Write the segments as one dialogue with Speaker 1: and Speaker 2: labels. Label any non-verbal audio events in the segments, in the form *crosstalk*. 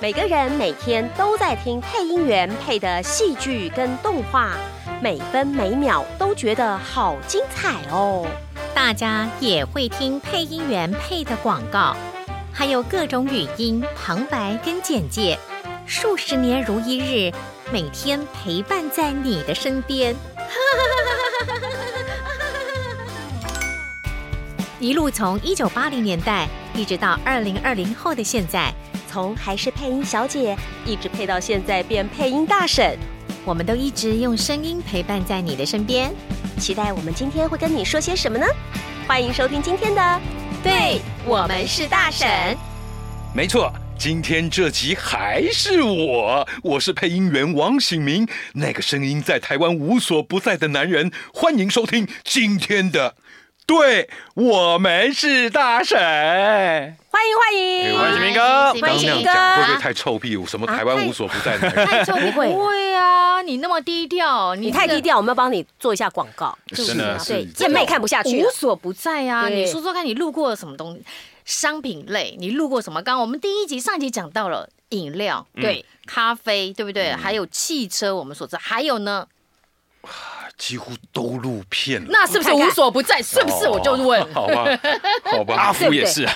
Speaker 1: 每个人每天都在听配音员配的戏剧跟动画，每分每秒都觉得好精彩哦。
Speaker 2: 大家也会听配音员配的广告，还有各种语音、旁白跟简介，数十年如一日，每天陪伴在你的身边。 *laughs* 一路从一九八零年代一直到二零二零后的现在，
Speaker 1: 从还是配音小姐，一直配到现在变配音大婶，
Speaker 2: 我们都一直用声音陪伴在你的身边。
Speaker 1: 期待我们今天会跟你说些什么呢？欢迎收听今天的《
Speaker 2: 对我们是大婶》。 *laughs*
Speaker 3: 没错，今天这集还是我，我是配音员王醒明，那个声音在台湾无所不在的男人。欢迎收听今天的《对我们是大婶》。
Speaker 1: 欢迎欢迎，
Speaker 3: 哎
Speaker 4: 欢迎醒明哥，
Speaker 2: 醒
Speaker 3: 刚
Speaker 2: 明
Speaker 3: 刚那样
Speaker 2: 哥啊
Speaker 3: 讲会不会太臭屁？什么台湾无所不在 *laughs* 的男人？
Speaker 5: 太重
Speaker 1: 不会
Speaker 5: 不会啊！你那么低调，你
Speaker 1: 你太
Speaker 5: 这
Speaker 1: 低
Speaker 5: 个
Speaker 1: 调，我们要帮你做一下广告。
Speaker 4: 真
Speaker 3: 呃
Speaker 4: 的
Speaker 1: 对
Speaker 4: 是，
Speaker 1: 健妹看不下去
Speaker 5: 无
Speaker 1: 了，
Speaker 5: 所不在啊！
Speaker 1: 对
Speaker 5: 你说说看，你路过了什么东西？商品类，你路过什么？刚刚我们第一集上一集讲到了饮料，
Speaker 4: 嗯
Speaker 5: 对，咖啡，对不对？还有汽车，我们所知，还有呢，
Speaker 3: 几乎都录片了，哦
Speaker 5: 那是不是
Speaker 1: 你看
Speaker 5: 无
Speaker 1: 看
Speaker 5: 所不在？是不是？我就问，
Speaker 3: 好吧，好吧，
Speaker 4: 阿福也是啊，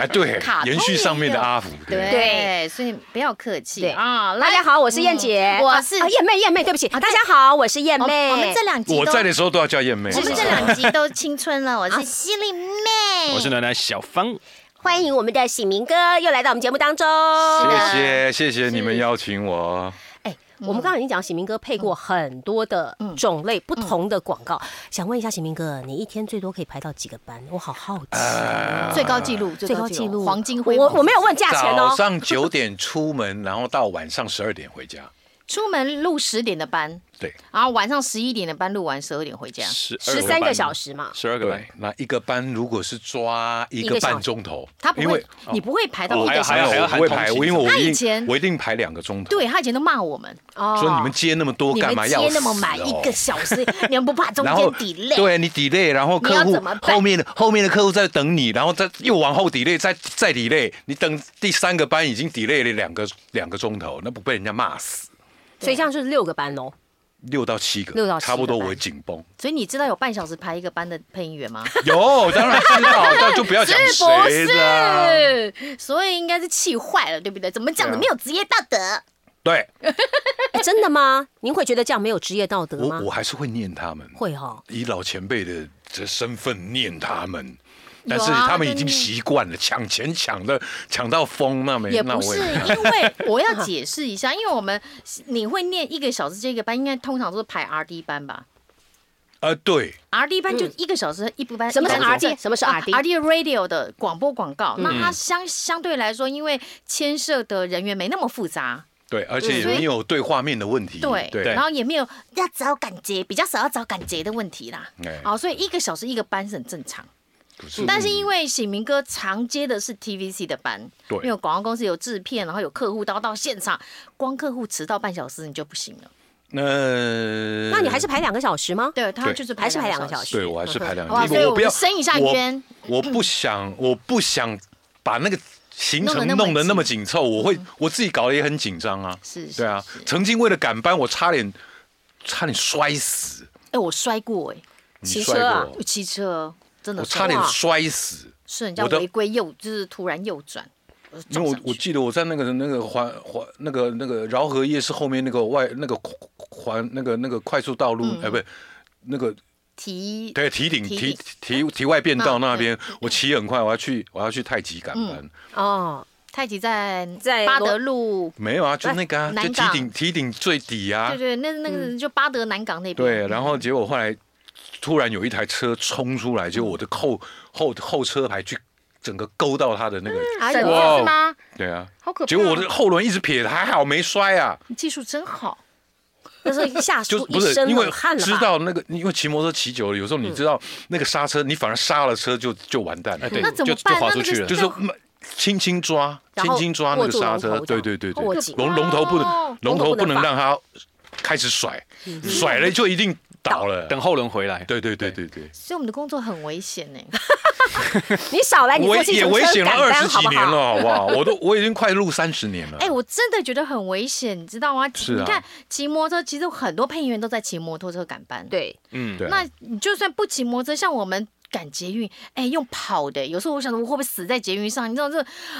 Speaker 3: 哎，对
Speaker 5: 卡，通
Speaker 3: 延续上面的阿福，
Speaker 5: 对，
Speaker 1: 对
Speaker 5: 所以不要客气
Speaker 1: 对
Speaker 5: 啊！来
Speaker 1: 大家好，我是燕姐，
Speaker 5: 嗯我是
Speaker 1: 啊燕妹，燕妹，对不起，大家好，我是燕
Speaker 5: 我
Speaker 1: 妹。
Speaker 5: 们
Speaker 4: 哎
Speaker 5: 我们这两集都
Speaker 3: 我在的时候都要叫燕妹。
Speaker 5: 我们这两集都青春了，我是犀利妹，
Speaker 4: 我是暖暖小芳，
Speaker 1: 欢迎我们的醒明哥又来到我们节目当中。
Speaker 3: 谢
Speaker 5: 哦
Speaker 3: 谢谢谢你们邀请我，
Speaker 1: 哎，
Speaker 5: 嗯
Speaker 1: 我们刚刚已经讲醒明哥配过很多的种类不同的广
Speaker 5: 嗯
Speaker 1: 告，想问一下醒明哥，你一天最多可以排到几个班？我好好奇。
Speaker 5: 最高纪录，呃啊最
Speaker 1: 最
Speaker 5: 高
Speaker 1: 高
Speaker 5: 纪
Speaker 1: 纪
Speaker 5: 录，
Speaker 1: 录
Speaker 5: 黄金辉
Speaker 1: 我
Speaker 5: 煌
Speaker 1: 我没有问价钱
Speaker 4: 早
Speaker 1: 哦。
Speaker 4: 上九点出门，然后到晚上十二点回家，
Speaker 5: 出门录十点的班，
Speaker 4: 对，
Speaker 5: 然后晚上十一点的班录完，十二点回家。
Speaker 4: 十
Speaker 1: 十三个小，时嘛，
Speaker 4: 十二个
Speaker 3: 对
Speaker 4: 半，，
Speaker 3: 那一个班如果是抓一个半钟头，
Speaker 5: 他不
Speaker 3: 因
Speaker 5: 会
Speaker 3: 为，
Speaker 5: 你不会排到
Speaker 4: 哦
Speaker 5: 一个
Speaker 4: 还
Speaker 5: 小
Speaker 4: 有
Speaker 5: 时。
Speaker 4: 还有
Speaker 3: 我不会排，
Speaker 4: 还有
Speaker 3: 我因为我
Speaker 5: 他
Speaker 3: 一
Speaker 5: 以前
Speaker 3: 定我一定排两个钟头。
Speaker 5: 对他以前都骂我们，哦
Speaker 3: 说你们接那么多
Speaker 5: 你
Speaker 3: 干嘛
Speaker 5: 们接
Speaker 3: 要
Speaker 5: 那么
Speaker 3: 死
Speaker 5: 满
Speaker 3: 哦
Speaker 5: 一个小
Speaker 3: *laughs*
Speaker 5: 时，你们不怕中
Speaker 3: 然
Speaker 5: 间
Speaker 3: 后
Speaker 5: delay？
Speaker 3: 对你 delay，然后客
Speaker 5: 你要
Speaker 3: 户
Speaker 5: 怎么办
Speaker 3: 后面的后面的客户在等你，然后再又往后 delay，再再 delay，你等第三个班已经 delay 了两个两个钟头，那不被人家骂死？
Speaker 1: 所以这样就是六个班喽。
Speaker 3: 六到七个，
Speaker 1: 六到七个
Speaker 3: 差不多
Speaker 1: 班
Speaker 3: 我会紧绷。 *laughs*
Speaker 5: 所以你知道有半小时排一个班的配音员吗？
Speaker 3: 有，当然知道，但就不要讲
Speaker 5: 是不
Speaker 3: *laughs* 谁的。
Speaker 5: 是？ *laughs* 所以应该是气坏了，对不对？怎么这样子
Speaker 3: 对啊
Speaker 5: 没有职业道德？
Speaker 3: 对，
Speaker 1: 哎真的吗？您会觉得这样没有职业道德吗
Speaker 3: 我我？还是会念他们，
Speaker 1: 会哦。
Speaker 3: 以老前辈的这身份念他们。但
Speaker 5: 有啊
Speaker 3: 是他们已
Speaker 5: 跟
Speaker 3: 经
Speaker 5: 你
Speaker 3: 习惯了，抢钱抢的抢到疯，那没
Speaker 5: 也
Speaker 3: 那
Speaker 5: 不
Speaker 3: 我
Speaker 5: 是，
Speaker 3: 也
Speaker 5: 因
Speaker 3: *laughs*
Speaker 5: 为我要解释一下，因为我们你会念一个小时接一个班，应该通常都是排 R D 班吧
Speaker 3: 呃对，
Speaker 5: ？R D 班就一个小时一部班。
Speaker 1: 嗯什么是
Speaker 5: 一个小时啊
Speaker 1: RD 什么是嗯 RD
Speaker 5: r D Radio 的广播广告，那
Speaker 3: 嗯
Speaker 5: 它相相对来说，因为牵涉的人员没那么复杂，
Speaker 3: 对，而且
Speaker 5: 嗯所以
Speaker 3: 也没有对画面的问题，
Speaker 5: 对，
Speaker 3: 嗯对，
Speaker 5: 然后也没有要找感觉，比较少要找感觉的问题啦
Speaker 3: 哎。
Speaker 5: 好，所以一个小时一个班是很正常。
Speaker 3: 不是嗯
Speaker 5: 但是因为醒明哥常接的是 TVC 的班，
Speaker 3: 对
Speaker 5: 因为广告公司有制片，然后有客户到到现场，光客户迟到半小时你就不行了。
Speaker 3: 呃，
Speaker 1: 那你还是排两个小时吗？
Speaker 5: 对他
Speaker 3: 对
Speaker 5: 就是
Speaker 1: 还是排两个小
Speaker 5: 时。
Speaker 3: 对我还是排两
Speaker 5: 哇
Speaker 3: 个，
Speaker 5: 所以我
Speaker 3: 不要
Speaker 5: 们伸一下冤
Speaker 3: 我，我不想，我不想把那个行程
Speaker 5: 弄得那么
Speaker 3: 弄得那么
Speaker 5: 紧嗯
Speaker 3: 紧凑，我会我自己搞得也很紧张啊，
Speaker 5: 是是
Speaker 3: 对啊，曾经为了赶班，我差点差点摔死，
Speaker 5: 哎，我摔过哎，
Speaker 3: 你
Speaker 1: 骑
Speaker 3: 摔
Speaker 1: 车
Speaker 3: 过
Speaker 1: 啊
Speaker 5: 我骑车真
Speaker 3: 哦
Speaker 5: 的啊
Speaker 3: 我
Speaker 5: 摔
Speaker 3: 差点
Speaker 5: 哇
Speaker 3: 摔死，
Speaker 5: 是人家
Speaker 3: 我的
Speaker 5: 违规右，就是突然右转，我
Speaker 3: 因
Speaker 5: 撞
Speaker 3: 为我
Speaker 5: 上
Speaker 3: 我
Speaker 5: 去
Speaker 3: 记得我在那个那个环环那个那个饶河夜市后面那个外那个环那个那个快速道路，
Speaker 5: 嗯
Speaker 3: 哎、不是那个
Speaker 5: 提
Speaker 3: 对，提顶
Speaker 5: 提
Speaker 3: 提
Speaker 5: 顶
Speaker 3: 提提外变道
Speaker 5: 那
Speaker 3: 那边，我骑很快，我要去我要去太极赶班。
Speaker 1: 哦，
Speaker 5: 太极在
Speaker 1: 在
Speaker 5: 巴
Speaker 1: 罗
Speaker 5: 德路，
Speaker 3: 没有啊，就那个啊，
Speaker 5: 南
Speaker 3: 就提
Speaker 5: 港
Speaker 3: 顶提顶最底啊
Speaker 5: 对。对，那那个就巴德南港那边。
Speaker 3: 对，然后结果后来突然有一台车冲出来，结果我的后后后车牌去整个勾到他的那个，
Speaker 5: 哎
Speaker 1: 省
Speaker 5: 呦，
Speaker 3: 哇哦
Speaker 5: 是吗？
Speaker 3: 对啊，
Speaker 5: 好可怕！
Speaker 3: 结果我的后轮一直撇，还好没摔啊。
Speaker 5: 你技术真好，
Speaker 1: 那是吓
Speaker 3: *laughs* 就
Speaker 1: 出
Speaker 3: 不
Speaker 1: 一
Speaker 3: 是
Speaker 1: 身
Speaker 3: 因为
Speaker 1: 冷汗了吧？
Speaker 3: 知道那个，因为骑摩托车骑久了，有时候你知道那个刹车，你反而刹了车就就完蛋了
Speaker 4: 哎，对，
Speaker 5: 那怎
Speaker 4: 就
Speaker 5: 么
Speaker 4: 就
Speaker 5: 办
Speaker 4: 滑
Speaker 5: 那
Speaker 4: 出
Speaker 5: 那
Speaker 4: 去
Speaker 5: 个
Speaker 4: 了
Speaker 3: 就。是轻轻抓，
Speaker 1: 然
Speaker 3: 轻
Speaker 1: 后
Speaker 3: 轻抓那
Speaker 1: 握
Speaker 3: 个
Speaker 1: 住
Speaker 3: 刹
Speaker 1: 龙
Speaker 3: 车
Speaker 1: 头，这
Speaker 3: 对
Speaker 1: 样
Speaker 3: 对对对，
Speaker 1: 握紧
Speaker 3: 龙龙头不
Speaker 5: 哦
Speaker 3: 能龙头
Speaker 1: 龙头
Speaker 3: 不
Speaker 1: 不
Speaker 3: 能
Speaker 1: 能
Speaker 3: 让它开始甩，甩了就一定倒了。
Speaker 4: 等后轮回来。
Speaker 3: 对对对对对，
Speaker 5: 所以我们的工作很危险欸呢。
Speaker 1: 你少哎来，你
Speaker 3: 我
Speaker 1: 坐计
Speaker 3: 也
Speaker 1: 程
Speaker 3: 危
Speaker 1: 车
Speaker 3: 险了
Speaker 1: 赶
Speaker 3: 二
Speaker 1: 单
Speaker 3: 十
Speaker 1: 好
Speaker 3: 几
Speaker 1: 不
Speaker 3: 年
Speaker 1: 好？
Speaker 3: 了，好不好？我都我已经快入三十年了。
Speaker 5: 哎、我真的觉得很危险，你知道吗？
Speaker 3: 是啊
Speaker 5: 你看骑摩托车，其实很多配音员都在骑摩托车赶班。，
Speaker 1: 对，
Speaker 4: 嗯，
Speaker 3: 对啊，
Speaker 5: 那你就算不骑摩托车，像我们。赶捷运，哎、用跑的，有时候我想我会不会死在捷运上？你知道这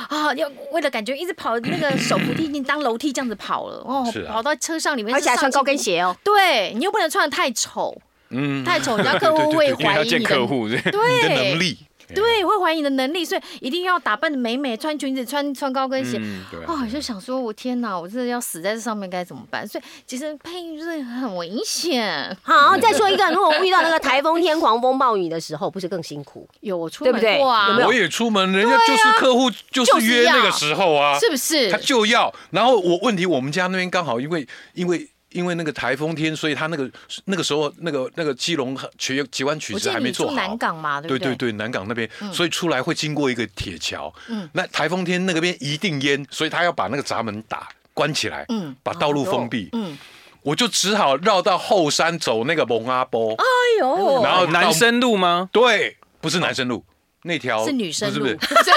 Speaker 5: 啊，要为了感觉一直跑，那个手扶梯已经当楼梯这样子跑了，哦，
Speaker 3: 是啊
Speaker 5: 跑到车上里面，
Speaker 1: 而且还穿高跟
Speaker 5: 鞋。
Speaker 1: 鞋哦。
Speaker 5: 对你又不能穿的太丑，
Speaker 4: 嗯，
Speaker 5: 太丑，
Speaker 3: *laughs*
Speaker 5: 人家客户会
Speaker 4: 因为要
Speaker 5: 怀疑
Speaker 4: 见
Speaker 5: 你的，
Speaker 4: 客户，对
Speaker 5: 对
Speaker 3: 你的能力，
Speaker 5: 对，会怀疑你的能力，所以一定要打扮的美美，穿裙子，穿穿高跟鞋。
Speaker 4: 嗯，对啊。
Speaker 5: 哦，我就想说，我天哪，我真的要死在这上面该怎么办？所以其实配音就是很危险。
Speaker 1: 好，再说一个，如果遇到那个台风天、狂风暴雨的时候，不是更辛苦？
Speaker 5: 有我出
Speaker 1: 对
Speaker 5: 门
Speaker 1: 不对
Speaker 5: 过啊，
Speaker 1: 有没啊有
Speaker 3: 我也出门，人家就是客户就是约那个时候啊，
Speaker 5: 是不是
Speaker 3: 他？就要。然后我问题，我们家那边刚好因为因为。因为那个台风天，所以他那个那个时候那个那个基隆曲几湾曲
Speaker 5: 我
Speaker 3: 子
Speaker 5: 记
Speaker 3: 还
Speaker 5: 得
Speaker 3: 没
Speaker 5: 你
Speaker 3: 做
Speaker 5: 住
Speaker 3: 好，
Speaker 5: 南港嘛，对
Speaker 3: 对
Speaker 5: 不对？
Speaker 3: 对对，南港那边，所以出来会经过一个铁桥。嗯，那台风天那个边一定淹，所以他要把那个闸门打关起来，
Speaker 5: 嗯
Speaker 3: 嗯，把道路封闭。
Speaker 5: 嗯，
Speaker 3: 我就只好绕到后山走那个蒙阿波。
Speaker 5: *laughs* 哎呦，
Speaker 3: 然后
Speaker 4: 哦男生路吗？
Speaker 3: 对，不是男生路，那条
Speaker 5: 是女生
Speaker 3: 不是
Speaker 5: 路
Speaker 3: 不是，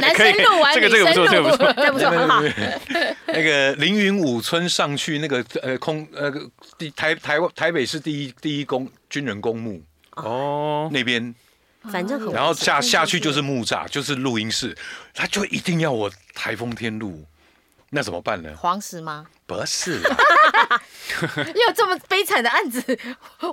Speaker 5: 男
Speaker 4: 哎可以
Speaker 5: 生路玩
Speaker 4: 这
Speaker 5: 女
Speaker 4: 个这个不错
Speaker 5: 生
Speaker 4: 这个
Speaker 5: 路
Speaker 4: 不错，
Speaker 1: 对不错，很好。
Speaker 3: 那个凌云五村上去那个呃空呃第台台湾台北市第一第一公军人公墓
Speaker 4: 哦，
Speaker 3: 那边，
Speaker 1: 反正很
Speaker 3: 然后下下去就是木栅，就是录音室，他就一定要我台风天录，那怎么办呢？
Speaker 5: 黄石吗？ *laughs*
Speaker 3: 不是啦，
Speaker 5: 又有这么悲惨的案子，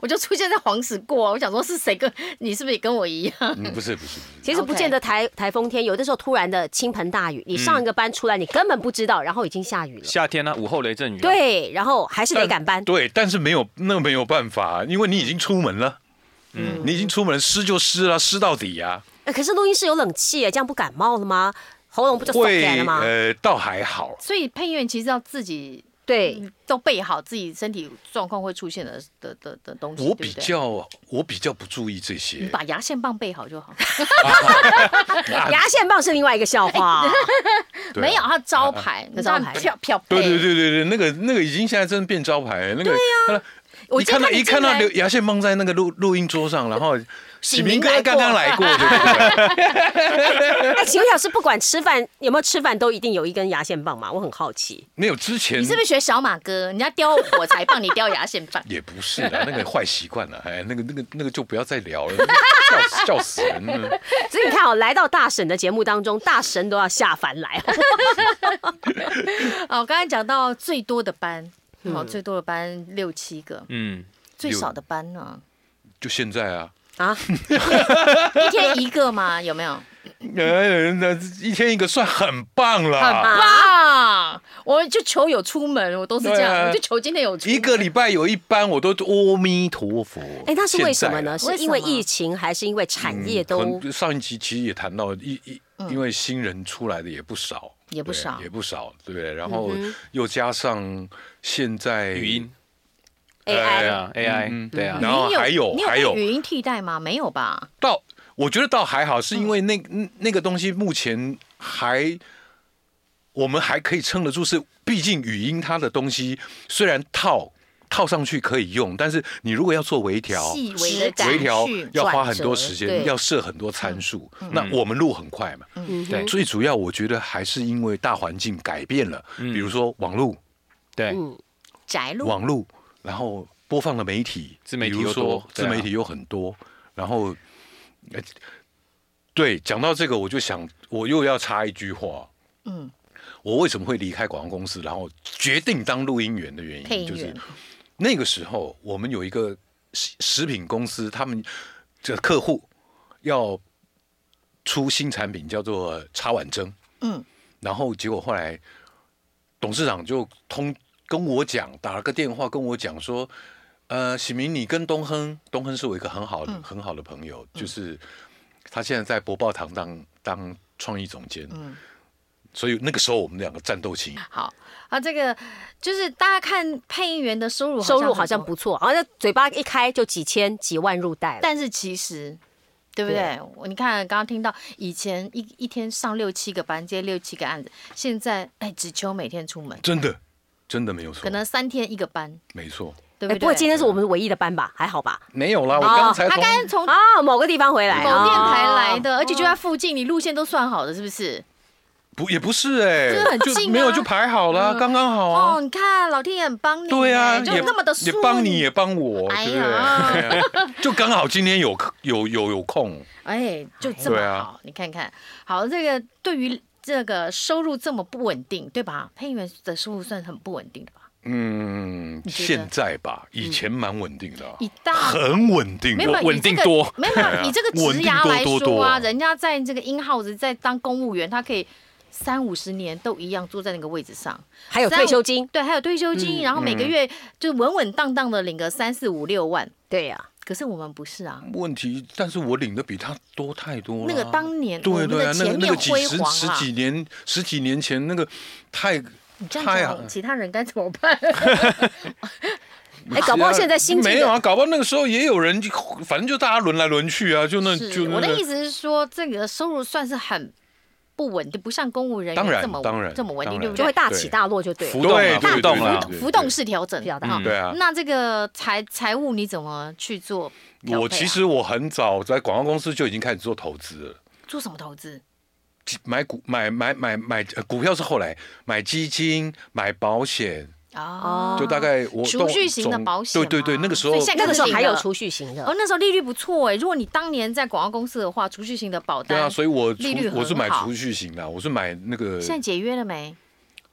Speaker 5: 我就出现在黄石过啊、我想说是谁跟你是不是也跟我一样？ *laughs*
Speaker 3: 嗯不是不是，不是
Speaker 1: 其实不见得台台风天，有的时候突然的倾盆大雨，你上一个班出来，你根本不知道，然后已经下雨了。
Speaker 4: 夏天啊，午后雷阵雨。，
Speaker 1: 对，然后还是得赶班。
Speaker 3: 对，但是没有那没有办法，因为你已经出门了。嗯，你已经出门了，湿就湿了，湿到底啊呀、
Speaker 1: 哎可是录音室有冷气耶，这样不感冒了吗？喉咙不就松
Speaker 3: 会
Speaker 1: 起来了吗？
Speaker 3: 呃，倒还好，
Speaker 5: 所以配音员其实要自己
Speaker 1: 对，
Speaker 5: 都备好自己身体状况会出现的的的的东西。
Speaker 3: 我
Speaker 5: 对
Speaker 3: 比
Speaker 5: 不对
Speaker 3: 较我比较不注意这些
Speaker 5: 你。把牙线棒备好就好，
Speaker 1: 牙线棒是另外一个笑话。
Speaker 3: 对啊
Speaker 5: 没有它招牌，你知道
Speaker 1: 招牌
Speaker 5: 飘飘
Speaker 3: 对对，对对对，那个那个已经现在真的变招牌了，那个对呀、
Speaker 5: 我
Speaker 3: 一
Speaker 5: 今天
Speaker 3: 看到
Speaker 5: 看你
Speaker 3: 一看到
Speaker 5: 进来
Speaker 3: 刘牙线放在那个录录音桌上，然
Speaker 5: *laughs*
Speaker 3: 后喜明
Speaker 5: 来
Speaker 3: 哥刚
Speaker 5: 过
Speaker 3: 刚来过，对不
Speaker 5: *laughs*
Speaker 3: 对？
Speaker 1: 哎，请问老师，不管吃饭有没有吃饭，都一定有一根牙线棒吗？我很好奇。
Speaker 3: 没有之前，
Speaker 5: 你是不是学小马哥？人家叼火柴棒，你叼牙线棒 *laughs*
Speaker 3: 也不是的，那个坏习惯了，哎，那个那个那个就不要再聊了，那个笑死笑死人嗯了。
Speaker 1: 所以你看哦，来到大婶的节目当中，大神都要下凡来
Speaker 5: *laughs*
Speaker 1: 哦。
Speaker 5: 哦，我刚才讲到最多的班，
Speaker 3: 嗯
Speaker 5: 哦，最多的班六七个，
Speaker 4: 嗯，
Speaker 5: 最少的班呢，
Speaker 3: 就现在啊，
Speaker 1: 啊，
Speaker 5: 一天一个嘛，有没有？
Speaker 3: 呃，那一天一个算很棒了，
Speaker 1: 很棒
Speaker 5: 哇，啊我就求有出门，我都是这
Speaker 3: 对
Speaker 5: 样，
Speaker 3: 啊
Speaker 5: 我就求今天有出门
Speaker 3: 一个礼拜有一班，我都阿弥陀佛。
Speaker 1: 哎，那是为什么呢？
Speaker 5: 现在
Speaker 1: 是
Speaker 5: 啊嗯
Speaker 1: 因为疫情，还是因为产业
Speaker 3: 现在啊？
Speaker 1: 都嗯
Speaker 3: 很上一集其实也谈到一一，因为新人出来的也不少，
Speaker 5: 也不
Speaker 3: 对
Speaker 5: 少
Speaker 3: 也不少，对不对？然
Speaker 1: 嗯
Speaker 3: 后又加上现在
Speaker 4: 语音，
Speaker 5: 哎
Speaker 4: 对
Speaker 1: AI？
Speaker 4: 啊，AI，对
Speaker 5: 嗯
Speaker 3: 嗯
Speaker 4: 啊
Speaker 3: 然，后
Speaker 5: 你有
Speaker 3: 还有
Speaker 5: 你
Speaker 3: 还
Speaker 5: 有
Speaker 3: 有
Speaker 5: 被语音替代吗？没有吧？
Speaker 3: 到，我觉得倒还好，
Speaker 5: 嗯
Speaker 3: 是因为那那那个东西目前还我们还可以撑得住，是毕竟语音它的东西虽然套套上去可以用，但是你如果要做微调。
Speaker 5: 细微的
Speaker 1: 感
Speaker 5: 感
Speaker 3: 微调
Speaker 5: 去
Speaker 3: 要花
Speaker 5: 转
Speaker 3: 很多
Speaker 5: 折
Speaker 3: 时间，
Speaker 5: 对嗯
Speaker 3: 要设很多参数。那我们录很快嘛，
Speaker 1: 嗯
Speaker 4: 对
Speaker 3: 最主要我觉得还是因为大环境改变了，比如说网络、
Speaker 4: 对，
Speaker 1: 嗯，
Speaker 5: 宅路
Speaker 3: 网络，然后播放的媒体，
Speaker 4: 自媒体
Speaker 3: 比如
Speaker 4: 又
Speaker 3: 说
Speaker 4: 多
Speaker 3: 自
Speaker 4: 对啊
Speaker 3: 媒体有很多，然后，呃对，讲到这个，我就想，我又要插一句话，
Speaker 5: 嗯，
Speaker 3: 我为什么会离开广告公司，然后决定当录音员的原
Speaker 5: 配
Speaker 3: 因，
Speaker 5: 音
Speaker 3: 就
Speaker 5: 员
Speaker 3: 是那个时候我们有一个食食品公司，他们这客户要出新产品，叫做茶碗蒸，
Speaker 5: 嗯，
Speaker 3: 然后结果后来董事长就通跟我讲，打了个电话跟我讲说，呃，喜明，你跟东亨，东亨是我一个很好的、
Speaker 5: 嗯
Speaker 3: 很好的朋友，就是他现在在博报堂当当创意总监，
Speaker 5: 嗯
Speaker 3: 所以那个时候我们两个战斗情，
Speaker 5: 好啊，这个就是大家看配音员的收入，
Speaker 1: 收入好
Speaker 5: 很
Speaker 1: 像
Speaker 5: 多，
Speaker 1: 不错，好像嘴巴一开就几千几万入袋了。
Speaker 5: 但是其实。对不对？我你看，刚刚听到以前一一天上六七个班，接六七个案子，现在哎，只求每天出门，
Speaker 3: 真的真的没有错
Speaker 5: 可，能三天一个班，
Speaker 3: 没错，
Speaker 5: 对
Speaker 1: 哎，
Speaker 5: 不
Speaker 1: 不过
Speaker 5: 对？
Speaker 1: 今天是我们唯一的班吧，还好吧？
Speaker 3: 没有啦，我
Speaker 1: 哦
Speaker 3: 刚才
Speaker 5: 他
Speaker 3: 从哎
Speaker 5: 刚刚从某
Speaker 1: 啊，某个地方回来，
Speaker 5: 电台来
Speaker 1: 哦。
Speaker 5: 的，而且就在附近，你路线都算好了，是不是？
Speaker 3: 不也不是哎
Speaker 5: 就是很，近
Speaker 3: 就
Speaker 5: 啊
Speaker 3: 没有就排好了，刚刚好
Speaker 5: 哦，
Speaker 3: 啊。
Speaker 5: 你看老天也很帮你耶，
Speaker 3: 对啊，
Speaker 5: 就
Speaker 3: 也
Speaker 5: 那么的顺，
Speaker 3: 也帮你也帮我，
Speaker 5: 哎
Speaker 3: 对不
Speaker 5: 呀
Speaker 3: 对哎呀？
Speaker 5: *laughs*
Speaker 3: 就刚好今天有有有有空，
Speaker 5: 哎，就这么
Speaker 3: 对啊
Speaker 5: 好，你看看，好，这个对于这个收入这么不稳定，对吧？配音员的收入算很不稳定的吧？
Speaker 3: 嗯，
Speaker 5: 觉得嗯
Speaker 3: 现在吧，以前蛮稳定的啊，
Speaker 5: 以大
Speaker 3: 很稳定
Speaker 5: 没
Speaker 3: 的
Speaker 5: 有。
Speaker 6: 稳定多
Speaker 3: *laughs*
Speaker 5: 没有没有以这个职涯来
Speaker 3: 稳定多多
Speaker 5: 说啊，
Speaker 3: 多
Speaker 5: 人家在这个 in house 在当公务员，他可以三五十年都一样坐在那个位置上，
Speaker 1: 还有
Speaker 5: 三
Speaker 1: 退休金，
Speaker 5: 对，还有退休
Speaker 3: 嗯
Speaker 5: 金，然后每个月就稳稳当当的领个三四五六万。
Speaker 1: 对呀，
Speaker 5: 可是我们不是啊，
Speaker 3: 问题，但是我领的比他多太多了。
Speaker 5: 那个当年我
Speaker 3: 对
Speaker 5: 们
Speaker 3: 对啊那个
Speaker 5: 的，前
Speaker 3: 那
Speaker 5: 面
Speaker 3: 个几
Speaker 5: 辉
Speaker 3: 十
Speaker 5: 煌
Speaker 3: 十
Speaker 5: 啊，
Speaker 3: 几年十几年前那个太
Speaker 5: 你这样
Speaker 3: 太好
Speaker 5: 讲，其他人该怎么
Speaker 3: *laughs*
Speaker 5: 办？
Speaker 1: 哎，搞不好现在新进
Speaker 3: 没有
Speaker 1: 的
Speaker 3: 啊，搞不好那个时候也有人，反正就大家轮来轮去啊，就那
Speaker 5: 是
Speaker 3: 就那
Speaker 5: 我的
Speaker 3: 个
Speaker 5: 意思是说，这个收入算是很不稳定，不像公务人
Speaker 3: 当
Speaker 5: 员
Speaker 3: 然
Speaker 5: 这么
Speaker 3: 当然
Speaker 5: 这么稳定，
Speaker 3: 当然
Speaker 5: 对不
Speaker 1: 就
Speaker 5: 对
Speaker 1: 会？大起大落，就对了
Speaker 3: 浮。动啊
Speaker 6: 对
Speaker 3: 浮动啊
Speaker 6: 对
Speaker 5: 浮动式调整
Speaker 1: 比较大
Speaker 5: 啊
Speaker 1: 嗯
Speaker 3: 对啊。
Speaker 5: 那这个财财务你怎么去做调配啊？
Speaker 3: 我其实我很早在广告公司就已经开始做投资了，
Speaker 5: 做什么投资？
Speaker 3: 买股买买买买、呃股票是后来买基金买保险，
Speaker 5: 哦，
Speaker 3: 就大概我
Speaker 5: 储蓄型的保险吗
Speaker 3: 对对对，那个时候
Speaker 5: 所以现在
Speaker 1: 那个时候还有
Speaker 5: 自己的
Speaker 1: 储蓄型的
Speaker 5: 哦，，那时候利率不错哎。如果你当年在广告公司的话，储蓄型的保
Speaker 3: 对
Speaker 5: 单，
Speaker 3: 啊，所以我
Speaker 5: 利率
Speaker 3: 储我是
Speaker 5: 很
Speaker 3: 买
Speaker 5: 好
Speaker 3: 储蓄型的，我是买那个
Speaker 5: 现在解约了没？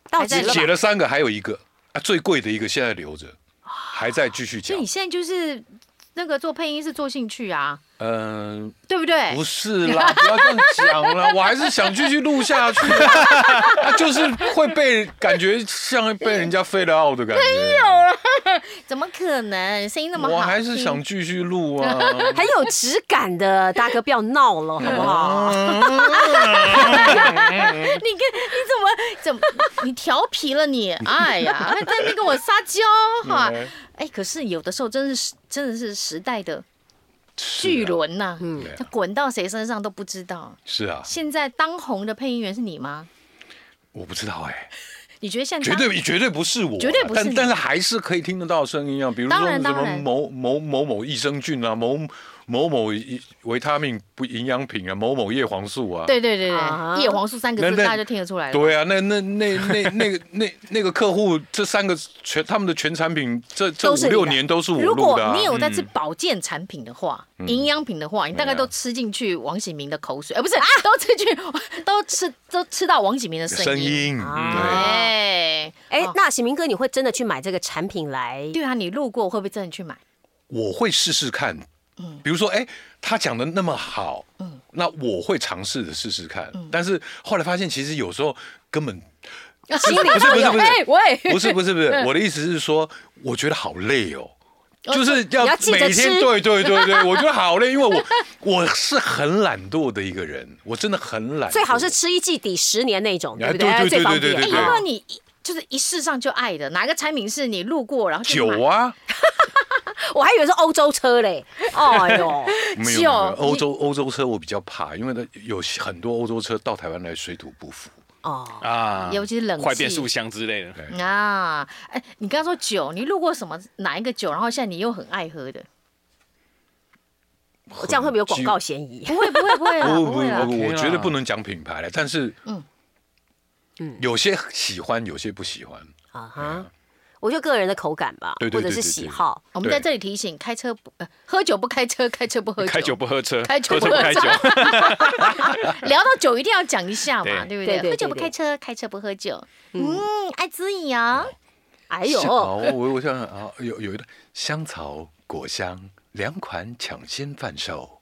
Speaker 1: 到
Speaker 5: 还在
Speaker 1: 期了吧
Speaker 3: 写了三个，还有一个啊最贵的一个现在留着，还在继续
Speaker 5: 啊所
Speaker 3: 讲
Speaker 5: 以你。现在就是那个做配音是做兴趣啊，
Speaker 3: 嗯、
Speaker 5: 对不对？
Speaker 3: 不是啦，不要这样讲啦，我还是想继续录下去，啊就是会被感觉像被人家废了 out 的感觉。
Speaker 5: 怎么可能？声音那么好，
Speaker 3: 我还是
Speaker 5: *laughs*
Speaker 3: 想。继续录啊。
Speaker 1: 很有质感的，大哥不要闹了，好不
Speaker 5: 嗯
Speaker 1: 好？
Speaker 5: 你跟你怎么怎么你调皮
Speaker 3: *laughs*
Speaker 5: 了你？哎呀，在那边跟我撒娇哈！哎，可是有的时候真是真的是时代的
Speaker 3: 啊
Speaker 5: 巨轮呐、嗯，它滚到谁身上都不知道。
Speaker 3: 是啊，
Speaker 5: 现在当红的配音员是你吗？
Speaker 3: 我不知道哎，
Speaker 5: 你觉得现在
Speaker 3: 绝对绝对不是我啊，
Speaker 5: 绝对不是你
Speaker 3: 但但是还是可以听得到声音啊，比如说
Speaker 5: 当然
Speaker 3: 什
Speaker 5: 当
Speaker 3: 么
Speaker 5: 然
Speaker 3: 某某某某益生菌啊，某某某一维他命不营养品啊，某某叶黄素啊。
Speaker 5: 对对对
Speaker 1: 啊
Speaker 5: 对，叶黄素三个字
Speaker 3: 那那
Speaker 5: 大家就听得出来了。
Speaker 3: 对啊，那那那那那个那那个客户，这三个全他们的全产品，这这
Speaker 1: 都
Speaker 3: 五
Speaker 1: 是你的
Speaker 3: 六年都是我
Speaker 5: 如
Speaker 3: 录
Speaker 5: 果
Speaker 3: 的、啊。嗯
Speaker 5: 你有在吃保健产品的话，营养品的话，你大
Speaker 3: 啊
Speaker 5: 概都吃进去王喜明的口水，哎，不是，都吃去， *laughs* 都吃都吃到王喜明的声
Speaker 3: 声
Speaker 5: 音。
Speaker 3: 音，
Speaker 1: 啊
Speaker 3: 对，
Speaker 5: 哎
Speaker 1: 哎，那喜明哥，你会真的去买这个产品来？
Speaker 5: 对啊，你路过会不会真的去买？
Speaker 3: 我会试试看。
Speaker 1: 嗯
Speaker 3: 比如说，哎，他讲的那么好，那我会尝试着试试看。
Speaker 1: 嗯
Speaker 3: 但是后来发现，其实有时候根
Speaker 1: *laughs*
Speaker 3: 本
Speaker 5: 心
Speaker 3: 不是不是不是
Speaker 5: 哎喂，
Speaker 3: 不是不是不是，
Speaker 1: 嗯
Speaker 3: 我的意思是说，我觉得好累哦。就是要
Speaker 1: 你要记着
Speaker 3: 每天
Speaker 1: 吃
Speaker 3: 对对对
Speaker 1: *laughs*
Speaker 3: 对，我觉得好累，因为我我是很懒惰的一个人，我真的很懒惰。
Speaker 1: 最好是吃一季抵十年那种，对不
Speaker 3: 哎
Speaker 1: 对？
Speaker 3: 对对
Speaker 1: 最方
Speaker 3: 对对
Speaker 1: 便
Speaker 3: 对
Speaker 5: 哎，
Speaker 3: 对
Speaker 5: 有
Speaker 3: 对
Speaker 5: 没
Speaker 1: 啊
Speaker 5: 有你一就是一试上就爱的？哪个产品是你路过然后就买
Speaker 3: 酒？啊，
Speaker 1: 我还以为是欧洲车
Speaker 3: *laughs*
Speaker 1: 嘞，哎呦，
Speaker 3: 没有没
Speaker 5: 酒
Speaker 3: 有，欧
Speaker 5: 你
Speaker 3: 洲欧洲车我比较怕，因为它有很多欧洲车到台湾来水土不服。
Speaker 1: 哦，
Speaker 6: 啊
Speaker 5: 尤其是冷气
Speaker 6: 快变速箱之类的。
Speaker 5: 啊，哎，你刚刚说酒，你路过什么哪一个酒？然后现在你又很爱喝的？
Speaker 1: 我这样会不会有广告嫌疑？
Speaker 3: 哎
Speaker 5: 不会不会不会啦，
Speaker 3: 我
Speaker 5: 嗯啊不
Speaker 3: 我
Speaker 5: 会啦。
Speaker 3: 哦我
Speaker 6: OK 啦
Speaker 3: 觉得不能讲品牌了，但是
Speaker 5: 嗯
Speaker 1: 嗯
Speaker 3: 有些喜欢，有些不喜欢。
Speaker 1: 啊哈，我就个人的口感吧，
Speaker 3: 对
Speaker 1: 或
Speaker 3: 对对
Speaker 1: 者
Speaker 3: 对
Speaker 1: 是喜好。
Speaker 5: 我们在这里提醒：开车不、呃、喝酒不开车，开车不喝酒。
Speaker 6: 开酒不喝车，
Speaker 5: 开酒
Speaker 6: 喝
Speaker 5: 不
Speaker 6: 车
Speaker 5: 喝
Speaker 6: 不开酒，
Speaker 5: *laughs* 聊到酒一定要讲一下嘛，对
Speaker 6: 对
Speaker 1: 对
Speaker 5: 不
Speaker 1: 对对
Speaker 5: 喝酒不
Speaker 1: 对
Speaker 5: 开车，开车不喝酒。嗯，爱滋养。
Speaker 1: 哎
Speaker 3: 香
Speaker 1: 呦，
Speaker 3: 哦，我我想想啊，有有一个香草果香两款抢先贩售，